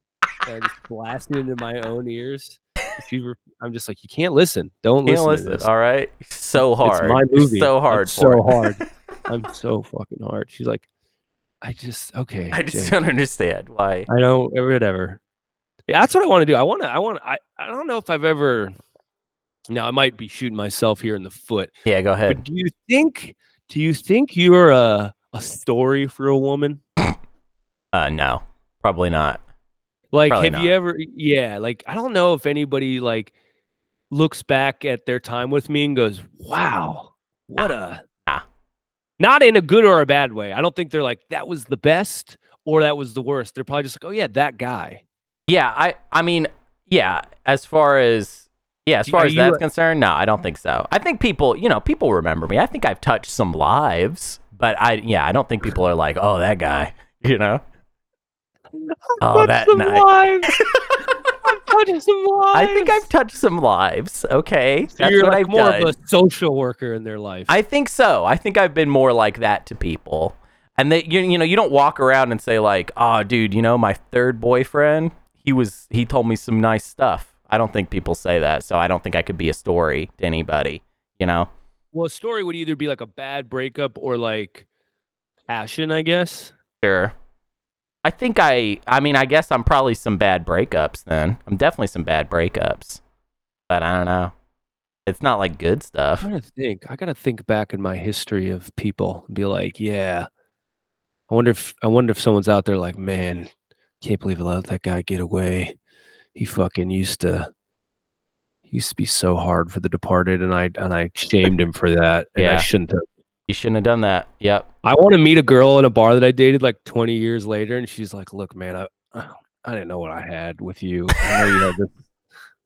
Speaker 1: And I'm just blasting into my own ears. She re- I'm just like, you can't listen. Don't
Speaker 2: Can't
Speaker 1: listen. to
Speaker 2: listen.
Speaker 1: this."
Speaker 2: All right, so hard.
Speaker 1: It's my
Speaker 2: You're
Speaker 1: movie.
Speaker 2: So
Speaker 1: I'm
Speaker 2: hard. for
Speaker 1: so
Speaker 2: it.
Speaker 1: hard. I'm so fucking hard. She's like, I just okay.
Speaker 2: I just
Speaker 1: Jake,
Speaker 2: don't understand why.
Speaker 1: I don't eh, whatever. Yeah, that's what I want to do. I want to. I want. I. I don't know if I've ever. Now I might be shooting myself here in the foot.
Speaker 2: Yeah, go ahead.
Speaker 1: But do you think? Do you think you're a a story for a woman?
Speaker 2: Uh, no, probably not.
Speaker 1: Like,
Speaker 2: Probably
Speaker 1: have you ever? Yeah, like I don't know if anybody like looks back at their time with me and goes, "Wow, what a."
Speaker 2: Ah.
Speaker 1: Not in a good or a bad way. I don't think they're like that was the best or that was the worst. They're probably just like, "Oh yeah, that guy."
Speaker 2: Yeah, I I mean, yeah, as far as yeah, as
Speaker 1: Do-
Speaker 2: far
Speaker 1: are
Speaker 2: as
Speaker 1: you uh,
Speaker 2: that's
Speaker 1: a-
Speaker 2: concerned, no, I don't think so. I think people, you know, people remember me. I think I've touched some lives, but I yeah, I don't think people are like, "Oh, that guy." You know? Oh,
Speaker 1: Touch
Speaker 2: that
Speaker 1: some
Speaker 2: night.
Speaker 1: lives. I've touched some lives.
Speaker 2: I think I've touched some lives. Okay.
Speaker 1: So
Speaker 2: That's
Speaker 1: you're
Speaker 2: what
Speaker 1: like
Speaker 2: I've
Speaker 1: more
Speaker 2: done.
Speaker 1: of a social worker in their life.
Speaker 2: I think so. I think I've been more like that to people. And they you, you know, you don't walk around and say like, "Oh, dude, you know, my third boyfriend, he was he told me some nice stuff." I don't think people say that, so I don't think I could be a story to anybody, you know.
Speaker 1: well, a story would either be like a bad breakup or like passion, I guess.
Speaker 2: Sure. I think I I mean, I guess I'm probably some bad breakups then. I'm definitely some bad breakups. But I don't know. It's not like good stuff.
Speaker 1: I'm trying to think. I gotta think back in my history of people and be like, yeah. I wonder if I wonder if someone's out there like, man, can't believe I let that guy get away. He fucking used to he used to be so hard for the departed and I and I shamed him for that. And I
Speaker 2: Yeah.
Speaker 1: shouldn't have.
Speaker 2: You shouldn't have done that. Yep.
Speaker 1: I want to meet a girl in a bar that I dated like 20 years later, and she's like, "Look, man, I I I didn't know what I had with you. I know you had this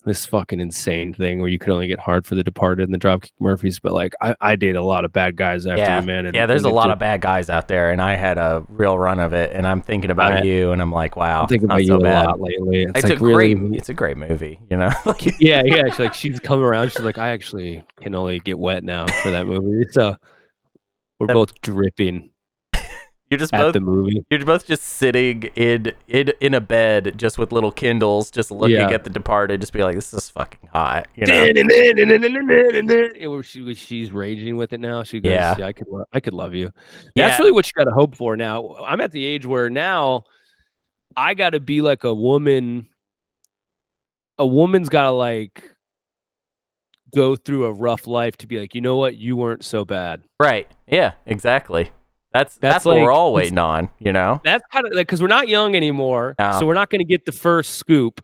Speaker 1: this fucking insane thing where you could only get hard for the departed and the Dropkick Murphys, but like I I date a lot of bad guys after you, man. and-
Speaker 2: yeah, there's
Speaker 1: and
Speaker 2: a
Speaker 1: it
Speaker 2: lot
Speaker 1: just-
Speaker 2: of bad guys out there, and I had a real run of it. And I'm thinking about
Speaker 1: Right.
Speaker 2: you, and I'm like, wow,
Speaker 1: I'm thinking
Speaker 2: not
Speaker 1: about
Speaker 2: so
Speaker 1: you
Speaker 2: bad.
Speaker 1: a lot lately. It's,
Speaker 2: It's,
Speaker 1: like
Speaker 2: a
Speaker 1: really,
Speaker 2: great, it's a great movie, you know. Like,
Speaker 1: yeah, yeah. She's like she's come around. She's like, I actually can only get wet now for that movie. So we're
Speaker 2: That-
Speaker 1: both dripping
Speaker 2: you're just
Speaker 1: at
Speaker 2: both,
Speaker 1: the movie.
Speaker 2: you're both just sitting in, in in a bed, just with little Kindles, just looking
Speaker 1: Yeah.
Speaker 2: at The Departed, just be like, this is fucking hot, you know.
Speaker 1: and then and then and then and then and where she was she's raging with it now. She goes,
Speaker 2: Yeah.
Speaker 1: yeah, I could lo- I could love you.
Speaker 2: Yeah.
Speaker 1: That's really what you got to hope for now. I'm at the age where now I got to be like a woman. A woman's got to like go through a rough life to be like, you know what, you weren't so bad.
Speaker 2: Right? Yeah, exactly. That's that's,
Speaker 1: That's
Speaker 2: what we're
Speaker 1: like-
Speaker 2: all waiting on, you know.
Speaker 1: That's kind of like because we're not young anymore,
Speaker 2: No.
Speaker 1: so we're not going to get the first scoop.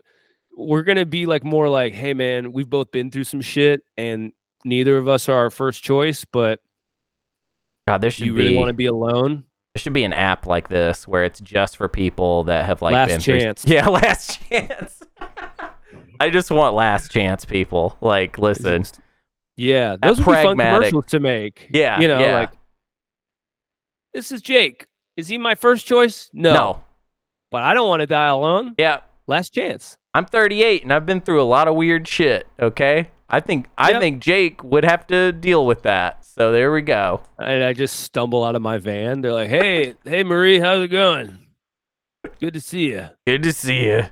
Speaker 1: We're going to be like more like, hey man, we've both been through some shit, and neither of us are our first choice, but
Speaker 2: God, there should
Speaker 1: you really
Speaker 2: be
Speaker 1: want to be alone?
Speaker 2: There should be an app like this where it's just for people that have like
Speaker 1: Last
Speaker 2: been through-
Speaker 1: chance.
Speaker 2: Yeah, last chance. I just want last chance people. Like, listen,
Speaker 1: Yeah, those would be fun
Speaker 2: pragmatic.
Speaker 1: commercials to make.
Speaker 2: Yeah,
Speaker 1: you know,
Speaker 2: yeah.
Speaker 1: like this is Jake. Is he my first choice? No,
Speaker 2: no.
Speaker 1: but I don't want to die alone.
Speaker 2: yeah,
Speaker 1: Last chance.
Speaker 2: I'm 38 and I've been through a lot of weird shit. Okay, I think I
Speaker 1: Yep.
Speaker 2: think Jake would have to deal with that. So there we go.
Speaker 1: And I just stumble out of my van. They're like, "Hey, hey, Marie, how's it going? Good to see you.
Speaker 2: Good to see you.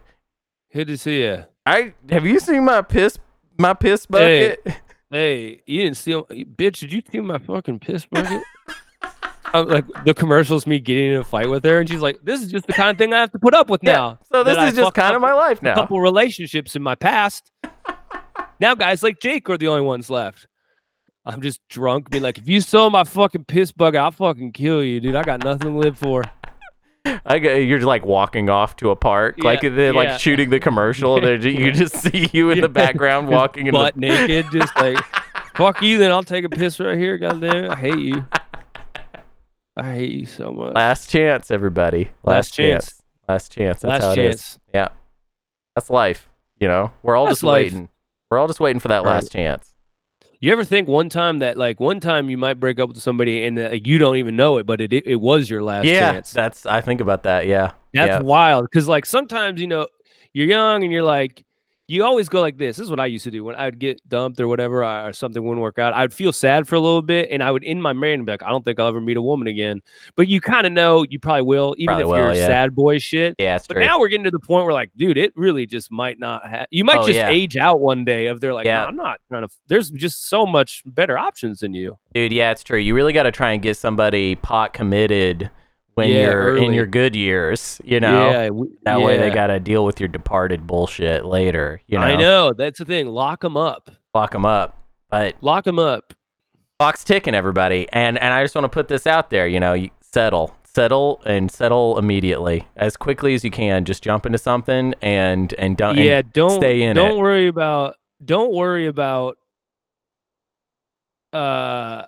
Speaker 1: Good to see you.
Speaker 2: I have you seen my piss my piss
Speaker 1: Hey.
Speaker 2: bucket?
Speaker 1: Hey, you didn't steal, you- bitch. Did you steal my fucking piss bucket?" I'm like the commercials, me getting in a fight with her, and she's like, "This is just the kind of thing I have to put up with
Speaker 2: Yeah,
Speaker 1: now."
Speaker 2: so this
Speaker 1: that
Speaker 2: is
Speaker 1: I
Speaker 2: just
Speaker 1: fucked
Speaker 2: kind of
Speaker 1: up
Speaker 2: my life now.
Speaker 1: couple relationships in my past. now guys like Jake are the only ones left. I'm just drunk, being like, if you stole my fucking piss bug, I'll fucking kill you, dude. I got nothing to live for.
Speaker 2: I go, you're like walking off to a park,
Speaker 1: Yeah,
Speaker 2: like they're
Speaker 1: yeah.
Speaker 2: like shooting the commercial. and they're ju- you just see you in
Speaker 1: Yeah.
Speaker 2: the background
Speaker 1: Just
Speaker 2: walking in
Speaker 1: butt
Speaker 2: the.
Speaker 1: naked, just like, fuck you, then I'll take a piss right here, goddamn. I hate you. I hate you so much.
Speaker 2: Last chance, everybody. Last,
Speaker 1: Last
Speaker 2: chance.
Speaker 1: chance.
Speaker 2: Last chance. That's
Speaker 1: Last
Speaker 2: how it is.
Speaker 1: chance.
Speaker 2: Yeah, that's life. You know, we're all
Speaker 1: That's
Speaker 2: just
Speaker 1: life.
Speaker 2: waiting. We're all just waiting for that
Speaker 1: Right.
Speaker 2: last chance.
Speaker 1: You ever think one time that, like, one time you might break up with somebody and uh, you don't even know it, but it, it, it was your last
Speaker 2: yeah,
Speaker 1: chance?
Speaker 2: that's. I think about that. Yeah,
Speaker 1: That's
Speaker 2: Yeah.
Speaker 1: wild because like sometimes you know you're young and you're like you always go like this. This is what I used to do when I would get dumped or whatever or or something wouldn't work out. I'd feel sad for a little bit and I would end my marriage and be like, I don't think I'll ever meet a woman again. But you kind of know you probably will, even
Speaker 2: Probably
Speaker 1: if you're
Speaker 2: will, yeah.
Speaker 1: sad boy shit.
Speaker 2: yeah, it's
Speaker 1: But
Speaker 2: true.
Speaker 1: now we're getting to the point where like, dude, it really just might not have. You might
Speaker 2: Oh,
Speaker 1: just
Speaker 2: yeah.
Speaker 1: age out one day of they're like,
Speaker 2: Yeah.
Speaker 1: no, I'm not trying to. F- There's just so much better options than you.
Speaker 2: Dude, yeah, it's true. You really got to try and get somebody pot committed when
Speaker 1: Yeah,
Speaker 2: you're in
Speaker 1: early.
Speaker 2: your good years. You know,
Speaker 1: yeah, we-
Speaker 2: that way they
Speaker 1: yeah.
Speaker 2: got to deal with your departed bullshit later. You know,
Speaker 1: I know that's the thing. Lock them up.
Speaker 2: lock them up. But
Speaker 1: Lock them up.
Speaker 2: clock's ticking, everybody. And and I just want to put this out there. You know, you settle, settle and settle immediately as quickly as you can. Just jump into something and and don't.
Speaker 1: yeah,
Speaker 2: and
Speaker 1: don't
Speaker 2: stay in
Speaker 1: don't
Speaker 2: it.
Speaker 1: worry about don't worry about uh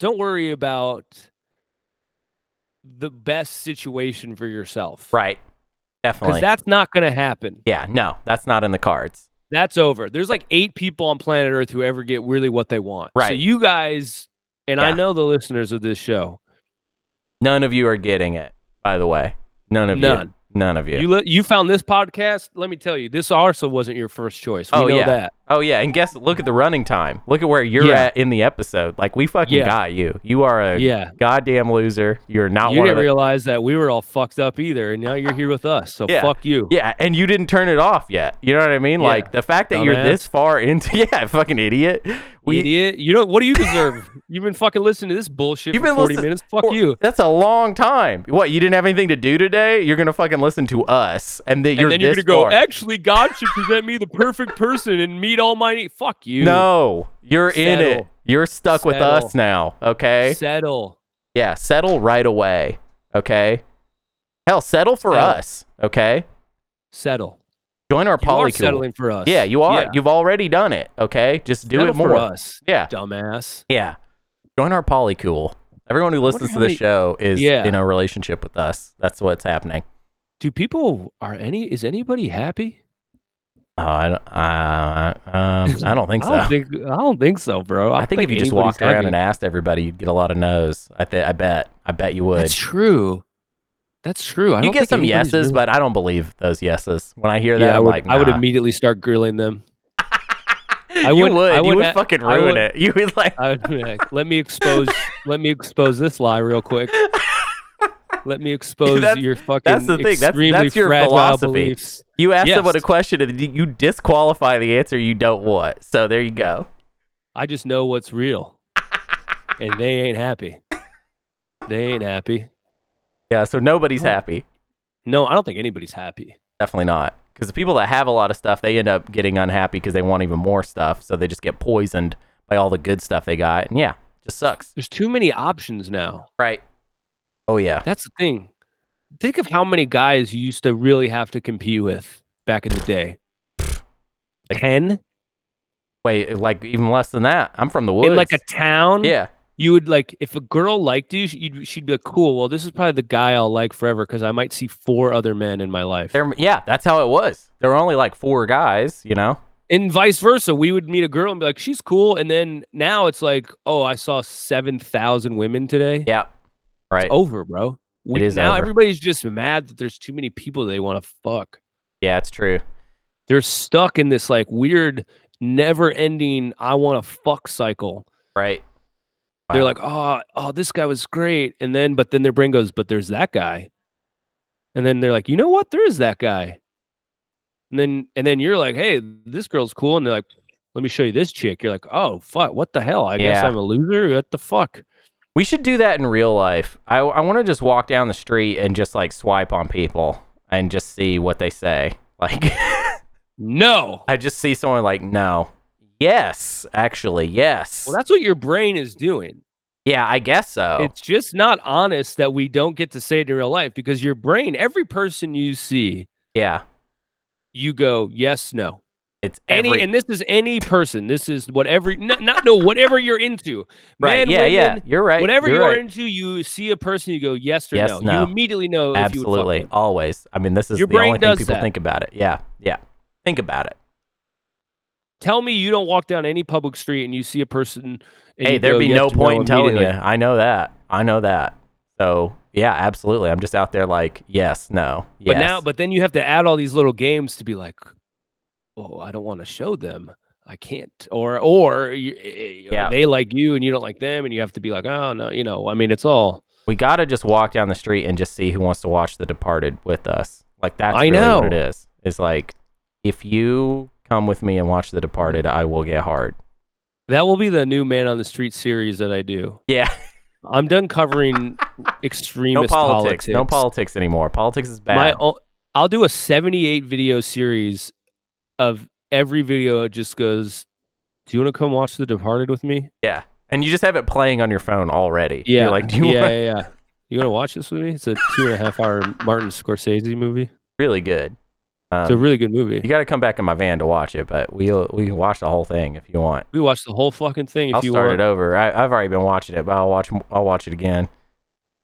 Speaker 1: don't worry about the best situation for yourself.
Speaker 2: right. Definitely.
Speaker 1: Cuz that's not going to happen.
Speaker 2: yeah. No, that's not in the cards.
Speaker 1: That's over. There's like 8 people on planet Earth who ever get really what they want. So
Speaker 2: Right.
Speaker 1: you guys and I
Speaker 2: Yeah.
Speaker 1: know the listeners of this show.
Speaker 2: None of you are getting it. By the way, none of you.
Speaker 1: None.
Speaker 2: None of you.
Speaker 1: You li- you found this podcast, let me tell you, this also wasn't your first choice. We
Speaker 2: Oh,
Speaker 1: know
Speaker 2: yeah.
Speaker 1: that.
Speaker 2: Oh yeah, and guess look at the running time. Look at where you're
Speaker 1: Yeah.
Speaker 2: at in the episode. Like we fucking
Speaker 1: Yeah.
Speaker 2: got you. You are a
Speaker 1: Yeah.
Speaker 2: goddamn loser. You're not
Speaker 1: you
Speaker 2: one of
Speaker 1: didn't
Speaker 2: the
Speaker 1: realize that we were all fucked up either, and now you're here with us. So
Speaker 2: Yeah.
Speaker 1: fuck you.
Speaker 2: Yeah, and you didn't turn it off yet. You know what I mean?
Speaker 1: Yeah.
Speaker 2: Like the fact that you're
Speaker 1: Dumbass.
Speaker 2: this far into yeah, fucking idiot. We
Speaker 1: idiot. You know what do you deserve? You've been fucking listening to this bullshit
Speaker 2: You've
Speaker 1: for
Speaker 2: been
Speaker 1: 40
Speaker 2: listen-
Speaker 1: minutes. Fuck
Speaker 2: for-
Speaker 1: you.
Speaker 2: That's a long time. What, you didn't have anything to do today? You're gonna fucking listen to us and then you're
Speaker 1: and then you're
Speaker 2: this
Speaker 1: gonna go,
Speaker 2: far.
Speaker 1: actually, God should present me the perfect person and meet all my needs. Fuck you.
Speaker 2: No, you're in it.
Speaker 1: Settle.
Speaker 2: You're stuck with us now. Okay.
Speaker 1: Settle.
Speaker 2: Yeah, settle right away. Okay. Hell, settle for
Speaker 1: Settle.
Speaker 2: us. Okay.
Speaker 1: Settle.
Speaker 2: Join our
Speaker 1: You are
Speaker 2: polycule.
Speaker 1: settling for us.
Speaker 2: Yeah, you are.
Speaker 1: Yeah.
Speaker 2: You've already done it. Okay. Just do
Speaker 1: Settle
Speaker 2: it more.
Speaker 1: for us,
Speaker 2: Yeah.
Speaker 1: dumbass.
Speaker 2: Yeah. Join our polycool. Everyone who listens to
Speaker 1: how
Speaker 2: this
Speaker 1: many-
Speaker 2: show is
Speaker 1: Yeah.
Speaker 2: in a relationship with us. That's what's happening.
Speaker 1: Do people are any? Is anybody happy?
Speaker 2: Uh, I, don't- uh, um, I don't think so.
Speaker 1: I don't think. I don't think so, bro. I,
Speaker 2: I think if you just walked around and asked everybody, you'd get a lot of no's. I, th- I bet. I bet you would.
Speaker 1: that's true. That's true. I
Speaker 2: You
Speaker 1: don't
Speaker 2: get
Speaker 1: think
Speaker 2: some
Speaker 1: anybody's
Speaker 2: yeses,
Speaker 1: really-
Speaker 2: but I don't believe those yeses. When I hear that,
Speaker 1: I
Speaker 2: I'm
Speaker 1: would,
Speaker 2: like,
Speaker 1: I would
Speaker 2: nah.
Speaker 1: immediately start grilling them.
Speaker 2: I
Speaker 1: would-
Speaker 2: you would.
Speaker 1: I
Speaker 2: you
Speaker 1: would
Speaker 2: would
Speaker 1: ha-
Speaker 2: fucking
Speaker 1: I
Speaker 2: ruin
Speaker 1: would-
Speaker 2: it. You would like.
Speaker 1: I would be like, let me expose, let me expose this lie real quick. Let me expose
Speaker 2: That's-
Speaker 1: your fucking
Speaker 2: that's the thing. That's-
Speaker 1: extremely
Speaker 2: that's your
Speaker 1: fragile
Speaker 2: philosophy.
Speaker 1: beliefs.
Speaker 2: You ask
Speaker 1: Yes.
Speaker 2: someone a question and you you disqualify the answer you don't want. So there you go.
Speaker 1: I just know what's real, and they ain't happy. They ain't happy.
Speaker 2: Yeah. So nobody's happy.
Speaker 1: No, I don't think anybody's happy.
Speaker 2: Definitely not. Because the people that have a lot of stuff, they end up getting unhappy because they want even more stuff. So they just get poisoned by all the good stuff they got. And yeah, just sucks.
Speaker 1: There's too many options now.
Speaker 2: Right. Oh yeah.
Speaker 1: That's the thing. Think of how many guys you used to really have to compete with back in the day. Ten
Speaker 2: Wait, like even less than that. I'm from the woods.
Speaker 1: in like a town.
Speaker 2: yeah.
Speaker 1: you would like if a girl liked you, she- you'd, she'd be like, "Cool, well, this is probably the guy I'll like forever because I might see four other men in my life."
Speaker 2: There. Yeah. That's how it was. There were only like four guys. You know.
Speaker 1: and vice versa, we would meet a girl and be like, "She's cool," and then now it's like, "Oh, I saw seven thousand women today."
Speaker 2: Yeah. Right.
Speaker 1: It's over, bro. We,
Speaker 2: is
Speaker 1: now
Speaker 2: over.
Speaker 1: everybody's just mad that there's too many people they want to fuck.
Speaker 2: Yeah. It's true.
Speaker 1: They're stuck in this like weird, never-ending "I want to fuck" cycle.
Speaker 2: Right.
Speaker 1: They're
Speaker 2: Wow.
Speaker 1: like, oh, oh, this guy was great. And then, but then their brain goes, but there's that guy. And then they're like, you know what? There is that guy. And then, and then you're like, hey, this girl's cool. And they're like, let me show you this chick. You're like, oh, fuck, what the hell? I guess
Speaker 2: Yeah.
Speaker 1: I'm a loser. What the fuck?
Speaker 2: We should do that in real life. I, I want to just walk down the street and just like swipe on people and just see what they say. Like,
Speaker 1: No.
Speaker 2: I just see someone like, no, yes, actually, yes.
Speaker 1: Well, that's what your brain is doing.
Speaker 2: yeah, I guess so.
Speaker 1: It's just not honest that we don't get to say it in real life because your brain, every person you see,
Speaker 2: yeah,
Speaker 1: you go, yes, no.
Speaker 2: it's
Speaker 1: any
Speaker 2: every,
Speaker 1: and this is any person this is whatever not, not no whatever you're into
Speaker 2: right.
Speaker 1: Men,
Speaker 2: yeah, yeah,
Speaker 1: women,
Speaker 2: you're right.
Speaker 1: whatever
Speaker 2: you're
Speaker 1: you're
Speaker 2: right.
Speaker 1: into you see a person you go yes or
Speaker 2: Yes,
Speaker 1: no.
Speaker 2: no.
Speaker 1: you immediately know if
Speaker 2: absolutely,
Speaker 1: you would fuck
Speaker 2: always. I mean, this is
Speaker 1: Your
Speaker 2: the
Speaker 1: brain
Speaker 2: only thing
Speaker 1: does
Speaker 2: people
Speaker 1: that.
Speaker 2: think about it. Yeah, yeah, think about it.
Speaker 1: them. tell me you don't walk down any public street and you see a person and
Speaker 2: hey,
Speaker 1: you
Speaker 2: there'd
Speaker 1: go
Speaker 2: be
Speaker 1: yes
Speaker 2: no
Speaker 1: or
Speaker 2: point in telling you.
Speaker 1: immediately.
Speaker 2: I know that. I know that. So yeah, absolutely. I'm just out there like, yes, no, yes.
Speaker 1: but now but then you have to add all these little games to be like oh i don't want to show them i can't or or
Speaker 2: Yeah.
Speaker 1: yeah. they like you and you don't like them and you have to be like oh no you know i mean it's all
Speaker 2: We gotta just walk down the street and just see who wants to watch The Departed with us. Like that's
Speaker 1: I
Speaker 2: really
Speaker 1: know.
Speaker 2: what it is. It's like if you come with me and watch The Departed, I will get hard.
Speaker 1: that will be the new man on the street series that i do
Speaker 2: Yeah,
Speaker 1: I'm done covering
Speaker 2: no
Speaker 1: extremist
Speaker 2: politics,
Speaker 1: politics.
Speaker 2: no politics anymore. Politics is bad.
Speaker 1: My o- I'll do a 78 video series of every video. It just goes, "Do you want to come watch The Departed with me?"
Speaker 2: Yeah. and you just have it playing on your phone already.
Speaker 1: Yeah.
Speaker 2: You're like, do you
Speaker 1: yeah,
Speaker 2: want
Speaker 1: yeah, yeah. You want to watch this movie? It's a two and a half hour Martin Scorsese movie.
Speaker 2: really good? Um,
Speaker 1: It's a really good
Speaker 2: you
Speaker 1: movie.
Speaker 2: got to come back in my van to watch it, but we will we can watch the whole thing if you want.
Speaker 1: We watched the whole fucking thing if
Speaker 2: I'll
Speaker 1: you
Speaker 2: start
Speaker 1: want.
Speaker 2: it over. I, I've already been watching it, but I'll watch I'll watch it again.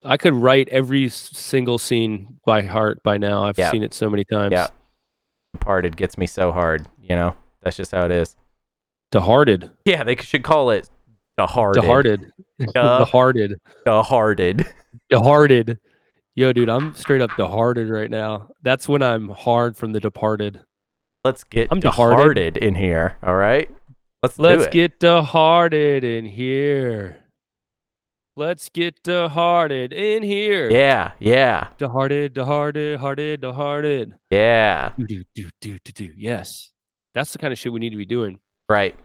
Speaker 1: I could write every s- single scene by heart by now. I've
Speaker 2: Yeah.
Speaker 1: seen it so many times.
Speaker 2: Yeah. Parted gets me so hard, you know. That's just how it is.
Speaker 1: The Hearted.
Speaker 2: Yeah, they should call it the hearted.
Speaker 1: The Hearted.
Speaker 2: Duh.
Speaker 1: the Hearted.
Speaker 2: The hearted.
Speaker 1: The Hearted. Yo, dude, I'm straight up the Hearted right now. That's when I'm hard from The Departed.
Speaker 2: Let's get
Speaker 1: I'm
Speaker 2: I'm
Speaker 1: dehearted.
Speaker 2: departed in here. All right. Let's do
Speaker 1: Let's
Speaker 2: it.
Speaker 1: get departed in here. Let's get departed in here.
Speaker 2: Yeah, yeah,
Speaker 1: Departed, departed, hearted, departed.
Speaker 2: yeah.
Speaker 1: Do, do, do, do, do, do. Yes. That's the kind of shit we need to be doing.
Speaker 2: Right.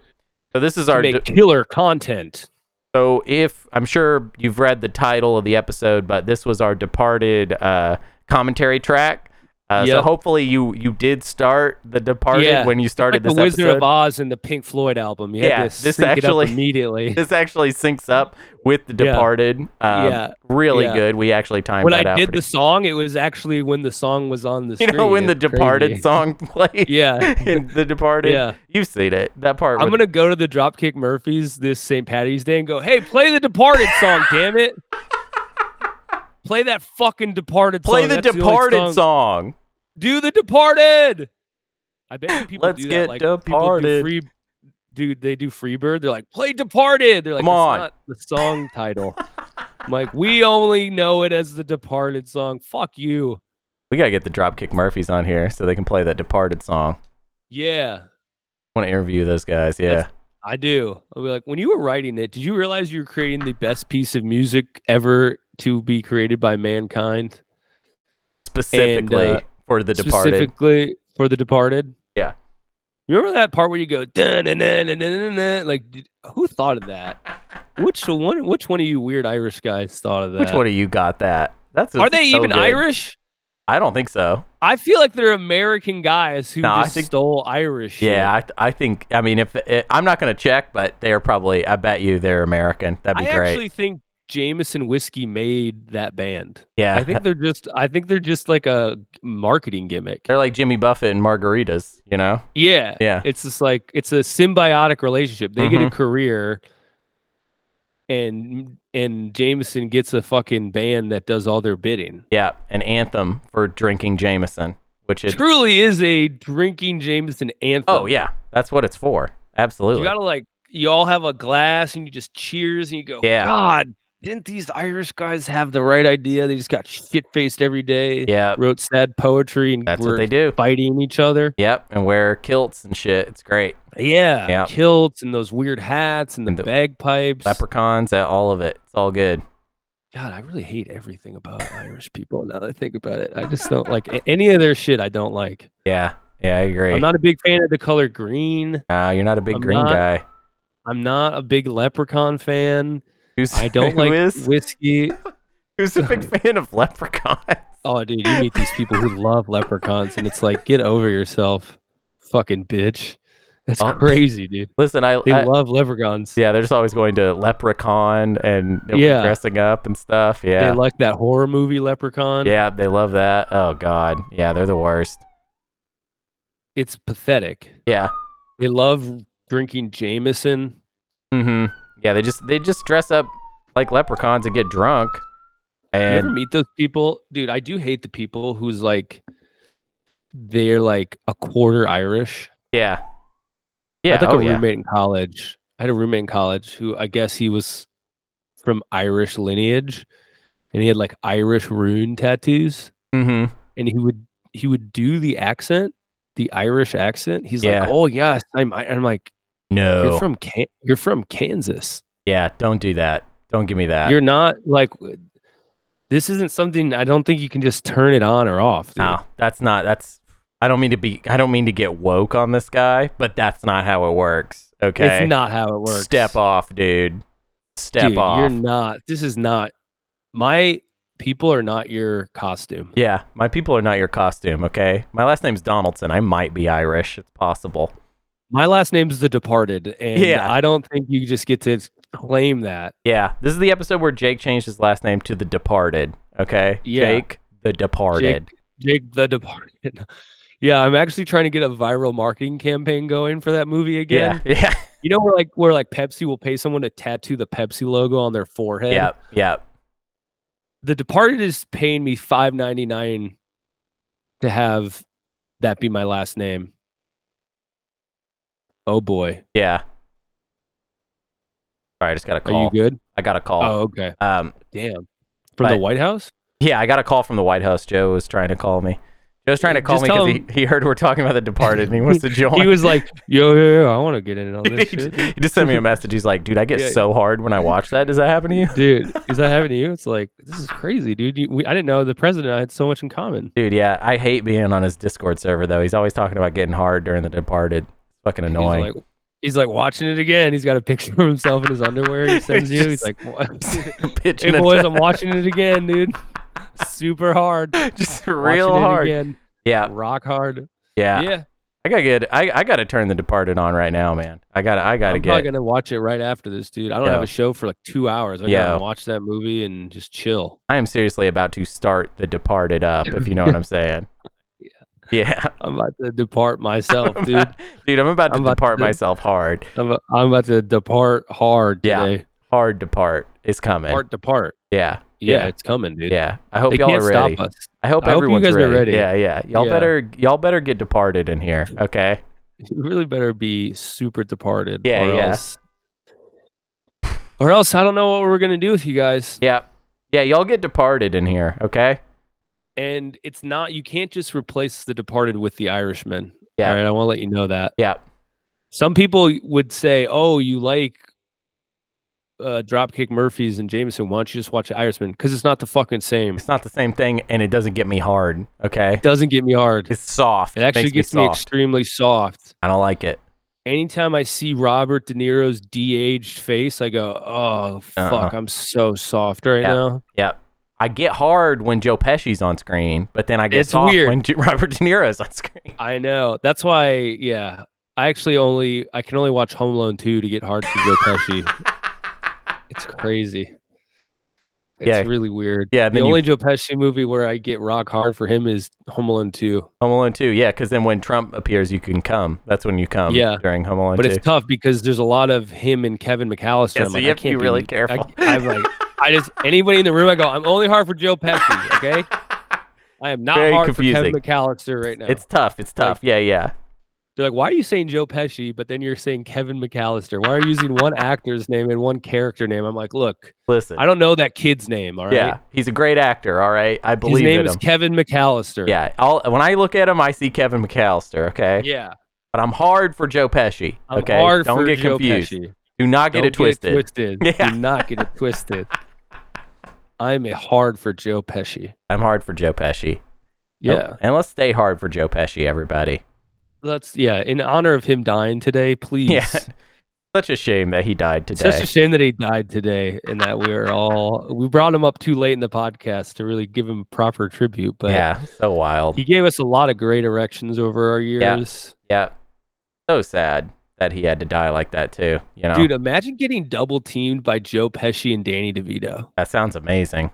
Speaker 2: So this is
Speaker 1: To
Speaker 2: our
Speaker 1: make killer content.
Speaker 2: so if I'm sure you've read the title of the episode, but this was our departed uh, commentary track. Uh, So
Speaker 1: Yep.
Speaker 2: hopefully you you did start the departed
Speaker 1: Yeah.
Speaker 2: when you started
Speaker 1: Like the
Speaker 2: this
Speaker 1: Wizard
Speaker 2: episode.
Speaker 1: of Oz and the Pink Floyd album. You had
Speaker 2: Yeah,
Speaker 1: to
Speaker 2: this
Speaker 1: sync it
Speaker 2: actually-
Speaker 1: up immediately.
Speaker 2: this actually syncs up with the
Speaker 1: Yeah.
Speaker 2: departed. Um,
Speaker 1: Yeah,
Speaker 2: really
Speaker 1: yeah.
Speaker 2: good. We actually timed
Speaker 1: when
Speaker 2: that
Speaker 1: I
Speaker 2: out.
Speaker 1: did
Speaker 2: pretty-
Speaker 1: the song, it was actually when the song was on the
Speaker 2: you
Speaker 1: screen.
Speaker 2: know when the
Speaker 1: It's
Speaker 2: departed
Speaker 1: crazy.
Speaker 2: song played
Speaker 1: Yeah.
Speaker 2: in the departed.
Speaker 1: Yeah.
Speaker 2: You've seen it. That part.
Speaker 1: I'm
Speaker 2: with-
Speaker 1: gonna go to the Dropkick Murphys this St. Patty's Day and go, "Hey, play the Departed song, damn it! Play that fucking Departed
Speaker 2: play
Speaker 1: song.
Speaker 2: the
Speaker 1: That's only
Speaker 2: departed
Speaker 1: song.
Speaker 2: song.
Speaker 1: Do the Departed. I bet you people
Speaker 2: Let's
Speaker 1: do
Speaker 2: get
Speaker 1: that. Like
Speaker 2: Departed.
Speaker 1: people do free, dude. They do Freebird. They're like, play Departed. They're like,
Speaker 2: Come
Speaker 1: "It's
Speaker 2: on."
Speaker 1: not the song title. I'm like, we only know it as the Departed song. Fuck you.
Speaker 2: We gotta get the Dropkick Murphys on here so they can play that Departed song.
Speaker 1: Yeah.
Speaker 2: want to interview those guys. Yeah,
Speaker 1: That's- I do. I'll be like, when you were writing it, did you realize you were creating the best piece of music ever to be created by mankind?
Speaker 2: specifically
Speaker 1: and, uh,
Speaker 2: for the Departed.
Speaker 1: Specifically for the departed?
Speaker 2: Yeah.
Speaker 1: You remember that part where you go dun, dun, dun, dun, dun, dun, dun? like did- who thought of that? Which one which one of you weird Irish guys thought of that?
Speaker 2: Which one of you got that? That's
Speaker 1: are
Speaker 2: just
Speaker 1: they
Speaker 2: so
Speaker 1: even
Speaker 2: good.
Speaker 1: Irish?
Speaker 2: I don't think so.
Speaker 1: I feel like they're American guys who
Speaker 2: No, I
Speaker 1: just
Speaker 2: think-
Speaker 1: stole Irish. shit.
Speaker 2: Yeah, I, I think. I mean, if it, I'm not gonna check, but they're probably. I bet you they're American. That'd
Speaker 1: I
Speaker 2: be great.
Speaker 1: actually think Jameson Whiskey made that band.
Speaker 2: yeah,
Speaker 1: I think they're just I think they're just like a marketing gimmick.
Speaker 2: they're like Jimmy Buffett and margaritas. You know?
Speaker 1: Yeah.
Speaker 2: Yeah. Mm-hmm.
Speaker 1: It's just like it's a symbiotic relationship. They get a career and and Jameson gets a fucking band that does all their bidding.
Speaker 2: Yeah, an anthem for drinking Jameson, which
Speaker 1: It
Speaker 2: is.
Speaker 1: truly is a drinking Jameson anthem.
Speaker 2: Oh yeah, that's what it's for. Absolutely.
Speaker 1: You gotta like you all have a glass and you just cheers and you go,
Speaker 2: Yeah.
Speaker 1: God, didn't these Irish guys have the right idea? They just got shit faced every day.
Speaker 2: yeah,
Speaker 1: Wrote sad poetry and
Speaker 2: that's
Speaker 1: were
Speaker 2: what they do.
Speaker 1: fighting each other.
Speaker 2: Yep, and wear kilts and shit. It's great.
Speaker 1: Yeah,
Speaker 2: Yeah.
Speaker 1: kilts and those weird hats and the
Speaker 2: And the
Speaker 1: bagpipes.
Speaker 2: Leprechauns, uh, all of it. It's all good.
Speaker 1: God, I really hate everything about Irish people. Now that I think about it, I just don't like a- any of their shit. I don't like.
Speaker 2: Yeah, yeah, I agree.
Speaker 1: I'm not a big fan of the color green.
Speaker 2: Uh, you're not a big
Speaker 1: I'm
Speaker 2: green
Speaker 1: not-
Speaker 2: guy.
Speaker 1: I'm not a big leprechaun fan.
Speaker 2: Who's
Speaker 1: I don't
Speaker 2: who
Speaker 1: like
Speaker 2: is-
Speaker 1: whiskey.
Speaker 2: who's a big fan of leprechauns?
Speaker 1: Oh, dude, you meet these people who love leprechauns, and it's like, get over yourself, fucking bitch. That's
Speaker 2: Oh.
Speaker 1: crazy, dude.
Speaker 2: Listen, I,
Speaker 1: They
Speaker 2: I-
Speaker 1: love leprechauns.
Speaker 2: yeah, they're just always going to leprechaun and you know,
Speaker 1: Yeah.
Speaker 2: dressing up and stuff. Yeah,
Speaker 1: They like that horror movie Leprechaun.
Speaker 2: yeah, they love that. Oh God, yeah, they're the worst.
Speaker 1: It's pathetic.
Speaker 2: Yeah.
Speaker 1: They love drinking Jameson.
Speaker 2: Mm-hmm. Yeah, they just they just dress up like leprechauns and get drunk.
Speaker 1: you ever
Speaker 2: And
Speaker 1: meet those people, dude? I do hate the people who's like, they're like a quarter Irish.
Speaker 2: yeah,
Speaker 1: I
Speaker 2: yeah,
Speaker 1: had like
Speaker 2: oh
Speaker 1: a
Speaker 2: yeah,
Speaker 1: roommate in college. I had a roommate in college who I guess he was from Irish lineage, and he had like Irish rune tattoos,
Speaker 2: mm-hmm.
Speaker 1: and he would he would do the accent, the Irish accent. He's
Speaker 2: Yeah. Oh.
Speaker 1: like, oh yes, I'm. I- I'm like, you're
Speaker 2: No,
Speaker 1: from Can- you're from Kansas.
Speaker 2: yeah, don't do that. Don't give me that.
Speaker 1: You're not like. w- This isn't something I don't think you can just turn it on or off. dude."
Speaker 2: No, that's not. That's. I don't mean to be. I don't mean to get woke on this guy, but that's not how it works. Okay.
Speaker 1: It's not how it works.
Speaker 2: Step off, dude. Step
Speaker 1: Dude,
Speaker 2: off.
Speaker 1: You're not. This is not. My people are not your costume.
Speaker 2: Yeah, my people are not your costume. Okay. My last name's Donaldson. I might be Irish. It's possible.
Speaker 1: My last name's The Departed, and
Speaker 2: Yeah.
Speaker 1: I don't think you just get to claim that.
Speaker 2: Yeah, this is the episode where Jake changed his last name to The Departed. Okay,
Speaker 1: Yeah.
Speaker 2: Jake the Departed.
Speaker 1: Jake the Departed. Yeah, I'm actually trying to get a viral marketing campaign going for that movie again.
Speaker 2: yeah, yeah,
Speaker 1: You know where like where like Pepsi will pay someone to tattoo the Pepsi logo on their forehead.
Speaker 2: yeah, yeah.
Speaker 1: The Departed is paying me five ninety nine to have that be my last name. Oh boy,
Speaker 2: yeah. All right, I just got a
Speaker 1: are
Speaker 2: call.
Speaker 1: you good?
Speaker 2: I got a
Speaker 1: Oh,
Speaker 2: call.
Speaker 1: okay.
Speaker 2: Um,
Speaker 1: Damn, from the
Speaker 2: But-
Speaker 1: White House.
Speaker 2: yeah, I got a call from the White House. Joe was trying to call me. Joe was trying to call
Speaker 1: Just
Speaker 2: me
Speaker 1: tell
Speaker 2: because he, he heard we're talking about The Departed and he wants to join.
Speaker 1: He was like, "Yo, yo, yo I want to get in on
Speaker 2: he
Speaker 1: this
Speaker 2: just
Speaker 1: shit,
Speaker 2: he just sent me a message. He's like, "Dude, I get
Speaker 1: Yeah.
Speaker 2: so hard when I watch that. Does that happen to you?"
Speaker 1: dude." Is that happening to you? It's like this is crazy, dude. You, we, I didn't know the president and I had so much in common.
Speaker 2: Dude, yeah, I hate being on his Discord server though. He's always talking about getting hard during The Departed. It's fucking annoying.
Speaker 1: He's like, he's like watching it again. He's got a picture of himself in his underwear. He sends you. He's like, "What?" hey
Speaker 2: pitching it
Speaker 1: boys, I'm watching it again, dude. Super hard.
Speaker 2: just
Speaker 1: Watching
Speaker 2: real
Speaker 1: it
Speaker 2: hard.
Speaker 1: Again.
Speaker 2: Yeah,
Speaker 1: Rock hard.
Speaker 2: Uh, yeah,
Speaker 1: Yeah.
Speaker 2: I gotta get. I, I gotta turn The Departed on right now, man. I gotta. I gotta
Speaker 1: I'm
Speaker 2: get.
Speaker 1: probably gonna watch it right after this, dude. I don't have
Speaker 2: Yeah.
Speaker 1: a show for like two hours. I'm
Speaker 2: Yeah.
Speaker 1: gonna watch that movie and just chill.
Speaker 2: I am seriously about to start The Departed up, if you know what I'm saying. yeah,
Speaker 1: I'm about to depart myself, dude.
Speaker 2: dude, I'm about to
Speaker 1: I'm about to
Speaker 2: depart
Speaker 1: do-
Speaker 2: myself hard.
Speaker 1: I'm, a- I'm about to depart hard
Speaker 2: Yeah.
Speaker 1: today.
Speaker 2: Hard depart is coming.
Speaker 1: Hard depart.
Speaker 2: Yeah,
Speaker 1: Yeah,
Speaker 2: yeah,
Speaker 1: it's coming, dude.
Speaker 2: yeah. I hope
Speaker 1: They
Speaker 2: y'all
Speaker 1: can't
Speaker 2: are ready.
Speaker 1: stop us.
Speaker 2: I hope
Speaker 1: I hope you
Speaker 2: everyone's
Speaker 1: guys are
Speaker 2: ready.
Speaker 1: ready.
Speaker 2: Yeah, yeah. Y'all
Speaker 1: Yeah.
Speaker 2: better y'all better get departed in here. Okay.
Speaker 1: You really better be super departed.
Speaker 2: Yeah,
Speaker 1: or
Speaker 2: yeah.
Speaker 1: Else, or else, I don't know what we're gonna do with you guys.
Speaker 2: Yeah. Yeah, y'all get departed in here. Okay.
Speaker 1: And it's not you can't just replace the departed with the Irishman.
Speaker 2: Yeah.
Speaker 1: All right, I want to let you know that.
Speaker 2: Yeah.
Speaker 1: Some people would say, "Oh, you like uh, Dropkick Murphys and Jameson? Why don't you just watch the Irishman? Because it's not the fucking same.
Speaker 2: It's not the same thing and it doesn't get me hard. Okay.
Speaker 1: It doesn't get me hard.
Speaker 2: It's soft.
Speaker 1: It actually
Speaker 2: makes
Speaker 1: gets
Speaker 2: me
Speaker 1: me,
Speaker 2: soft.
Speaker 1: extremely soft.
Speaker 2: I don't like it.
Speaker 1: Anytime I see Robert De Niro's de-aged face, I go, "Oh fuck,
Speaker 2: Uh-uh.
Speaker 1: I'm so soft right
Speaker 2: Yeah.
Speaker 1: now."
Speaker 2: Yep. I get hard when Joe Pesci's on screen, but then I get
Speaker 1: It's
Speaker 2: soft
Speaker 1: weird.
Speaker 2: when J- Robert De Niro's on screen.
Speaker 1: I know. That's why, yeah. I actually only I can only watch Home Alone 2 to get hard to Joe Pesci. It's crazy. It's
Speaker 2: Yeah.
Speaker 1: really weird.
Speaker 2: Yeah,
Speaker 1: The
Speaker 2: then you-
Speaker 1: only Joe Pesci movie where I get rock hard for him is Home Alone 2.
Speaker 2: Home Alone 2. Yeah, because then when Trump appears, you can come. That's when you come
Speaker 1: Yeah.
Speaker 2: during Home Alone
Speaker 1: But
Speaker 2: 2.
Speaker 1: it's tough because there's a lot of him and Kevin McAllister.
Speaker 2: Yeah,
Speaker 1: I'm
Speaker 2: so
Speaker 1: like,
Speaker 2: you
Speaker 1: I
Speaker 2: have to be
Speaker 1: can't
Speaker 2: really
Speaker 1: I-
Speaker 2: careful.
Speaker 1: I'm like, I just anybody in the room, I go, I'm only hard for Joe Pesci, okay? I am not
Speaker 2: Very
Speaker 1: hard for
Speaker 2: confusing.
Speaker 1: Kevin McAllister right now.
Speaker 2: It's tough. It's tough. yeah, yeah.
Speaker 1: They're like, why are you saying Joe Pesci, but then you're saying Kevin McAllister? Why are you using one actor's name and one character name? I'm like, look,
Speaker 2: Listen.
Speaker 1: I don't know that kid's name. All right.
Speaker 2: yeah. He's a great actor. All right. I
Speaker 1: His
Speaker 2: believe
Speaker 1: name
Speaker 2: in
Speaker 1: is
Speaker 2: him.
Speaker 1: Kevin McAllister.
Speaker 2: Yeah. I'll, when I look at him, I see Kevin McAllister. Okay.
Speaker 1: Yeah.
Speaker 2: But I'm hard for Joe Pesci.
Speaker 1: I'm
Speaker 2: okay.
Speaker 1: hard
Speaker 2: Don't
Speaker 1: for
Speaker 2: get
Speaker 1: Joe
Speaker 2: confused.
Speaker 1: Pesci.
Speaker 2: Do not get
Speaker 1: Don't
Speaker 2: it twisted.
Speaker 1: twisted.
Speaker 2: Yeah.
Speaker 1: Do not get it twisted. I'm a hard for Joe Pesci.
Speaker 2: I'm hard for Joe Pesci.
Speaker 1: Yeah.
Speaker 2: And let's stay hard for Joe Pesci, everybody.
Speaker 1: Let's yeah. In honor of him dying today, please.
Speaker 2: Yeah. Such a shame that he died today.
Speaker 1: Such a shame that he died today, and that we're all we brought him up too late in the podcast to really give him proper tribute. But
Speaker 2: yeah. So wild.
Speaker 1: He gave us a lot of great erections over our years.
Speaker 2: yeah. So sad that he had to die like that too. You know.
Speaker 1: Dude, imagine getting double teamed by Joe Pesci and Danny DeVito.
Speaker 2: that sounds amazing.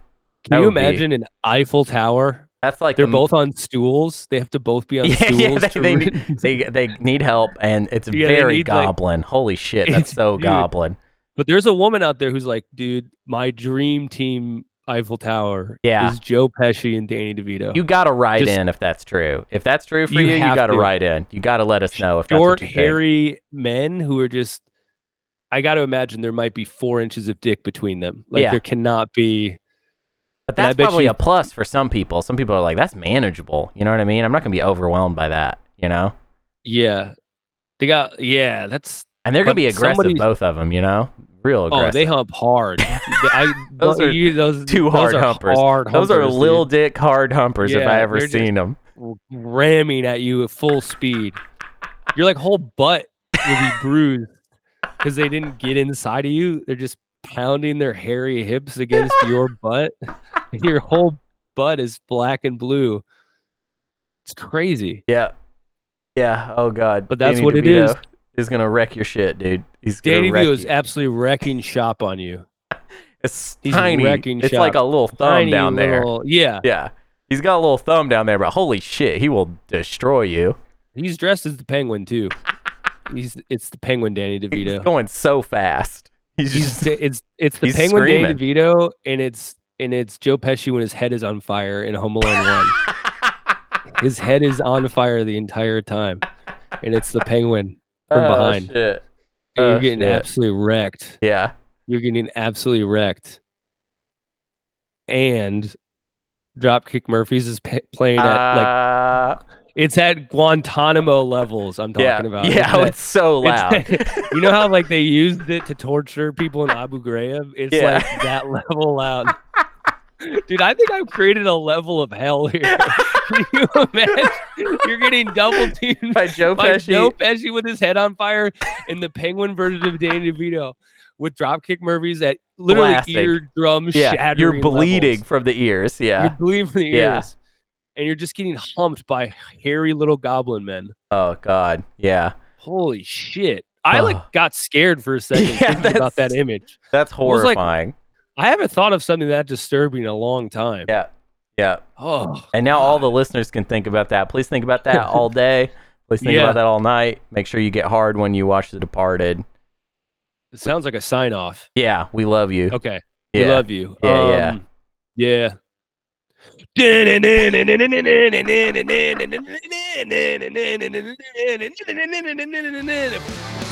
Speaker 2: That
Speaker 1: Can you
Speaker 2: would be-
Speaker 1: imagine an Eiffel Tower?
Speaker 2: That's like
Speaker 1: They're
Speaker 2: the-
Speaker 1: both on stools. They have to both be on
Speaker 2: Yeah,
Speaker 1: stools.
Speaker 2: yeah, they-
Speaker 1: to
Speaker 2: they
Speaker 1: re-
Speaker 2: They they need help, and it's
Speaker 1: Yeah, they
Speaker 2: very
Speaker 1: need, like-
Speaker 2: goblin. Holy shit,
Speaker 1: It's-
Speaker 2: that's so
Speaker 1: dude.
Speaker 2: goblin.
Speaker 1: But there's a woman out there who's like, dude, my dream team Eiffel Tower
Speaker 2: Yeah.
Speaker 1: is Joe Pesci and Danny DeVito.
Speaker 2: You gotta write
Speaker 1: Just-
Speaker 2: in if that's true. If that's true for
Speaker 1: You
Speaker 2: you, you,
Speaker 1: have
Speaker 2: gotta
Speaker 1: to.
Speaker 2: write in. You gotta let us know if
Speaker 1: Short,
Speaker 2: that's what you think.
Speaker 1: hairy men who are just. I got to imagine there might be four inches of dick between them. Like
Speaker 2: Yeah.
Speaker 1: there cannot be.
Speaker 2: But
Speaker 1: And I
Speaker 2: that's
Speaker 1: bet
Speaker 2: probably
Speaker 1: you-
Speaker 2: a plus for some people. Some people are like, that's manageable. You know what I mean? I'm not gonna be overwhelmed by that. You know,
Speaker 1: Yeah, they got. Yeah, that's
Speaker 2: and they're gonna
Speaker 1: But
Speaker 2: be aggressive,
Speaker 1: somebody-
Speaker 2: both of them. You know, real
Speaker 1: Oh,
Speaker 2: aggressive.
Speaker 1: they hump hard. Th- I,
Speaker 2: Those
Speaker 1: tho-
Speaker 2: are
Speaker 1: you- those,
Speaker 2: two
Speaker 1: those
Speaker 2: hard
Speaker 1: are
Speaker 2: humpers.
Speaker 1: hard
Speaker 2: Those are
Speaker 1: humpers, dude.
Speaker 2: little dick hard humpers if I
Speaker 1: Yeah,
Speaker 2: ever
Speaker 1: they're just-
Speaker 2: seen them.
Speaker 1: R- ramming at you at full speed. Your like whole butt will be bruised because they didn't get inside of you. They're just pounding their hairy hips against your butt. And your whole butt is black and blue. It's crazy.
Speaker 2: Yeah, yeah. Oh god.
Speaker 1: But that's
Speaker 2: Danny
Speaker 1: what it
Speaker 2: DeVito.
Speaker 1: is.
Speaker 2: is gonna wreck your shit, dude. He's gonna
Speaker 1: Danny
Speaker 2: wreck
Speaker 1: Vito is
Speaker 2: you.
Speaker 1: absolutely wrecking shop on you.
Speaker 2: It's
Speaker 1: he's
Speaker 2: tiny.
Speaker 1: wrecking
Speaker 2: It's
Speaker 1: shop.
Speaker 2: like a little thumb
Speaker 1: Tiny
Speaker 2: down there.
Speaker 1: little- Yeah,
Speaker 2: Yeah, he's got a little thumb down there, but holy shit, he will destroy you.
Speaker 1: he's dressed as the penguin too. He's it's the penguin Danny
Speaker 2: He's
Speaker 1: DeVito.
Speaker 2: going so fast. He's
Speaker 1: He's
Speaker 2: just
Speaker 1: da- it's it's the
Speaker 2: he's
Speaker 1: penguin
Speaker 2: screaming.
Speaker 1: Danny DeVito, and it's and it's Joe Pesci when his head is on fire in Home Alone One. His head is on fire the entire time, and it's the penguin. from
Speaker 2: Oh,
Speaker 1: behind.
Speaker 2: shit.
Speaker 1: And
Speaker 2: Oh,
Speaker 1: you're getting
Speaker 2: shit.
Speaker 1: absolutely wrecked.
Speaker 2: Yeah.
Speaker 1: You're getting absolutely wrecked. And Dropkick Murphys is pa playing at like
Speaker 2: Uh,
Speaker 1: it's at Guantanamo levels. I'm talking
Speaker 2: yeah.
Speaker 1: about
Speaker 2: yeah,
Speaker 1: It's
Speaker 2: it's so
Speaker 1: at-
Speaker 2: loud.
Speaker 1: it's at- you know how like they used it to torture people in Abu Ghraib? It's
Speaker 2: Yeah.
Speaker 1: like that level loud. Dude, I think I've created a level of hell here. Can you imagine? You're getting double teamed
Speaker 2: By Joe
Speaker 1: by
Speaker 2: Pesci.
Speaker 1: Joe Pesci with his head on fire and the penguin version of Danny DeVito with dropkick Murphys at literally
Speaker 2: Blasting.
Speaker 1: eardrum
Speaker 2: yeah,
Speaker 1: shattering.
Speaker 2: you're bleeding
Speaker 1: levels.
Speaker 2: from the ears. Yeah.
Speaker 1: You're bleeding from the
Speaker 2: Yeah.
Speaker 1: ears. And you're just getting humped by hairy little goblin men.
Speaker 2: Oh God. Yeah.
Speaker 1: Holy shit. I
Speaker 2: Ugh.
Speaker 1: like got scared for a second
Speaker 2: Yeah,
Speaker 1: thinking about that
Speaker 2: that's-
Speaker 1: image.
Speaker 2: That's
Speaker 1: was like-
Speaker 2: horrifying.
Speaker 1: I haven't thought of something that disturbing in a long time.
Speaker 2: yeah. Yeah.
Speaker 1: Oh,
Speaker 2: And now all the listeners can think about that. Please think about that all day. Please think
Speaker 1: Yeah.
Speaker 2: about that all night. Make sure you get hard when you watch The Departed.
Speaker 1: it sounds like a sign off.
Speaker 2: Yeah, we love you.
Speaker 1: Okay.
Speaker 2: yeah.
Speaker 1: We love you.
Speaker 2: Yeah,
Speaker 1: um, yeah. Yeah.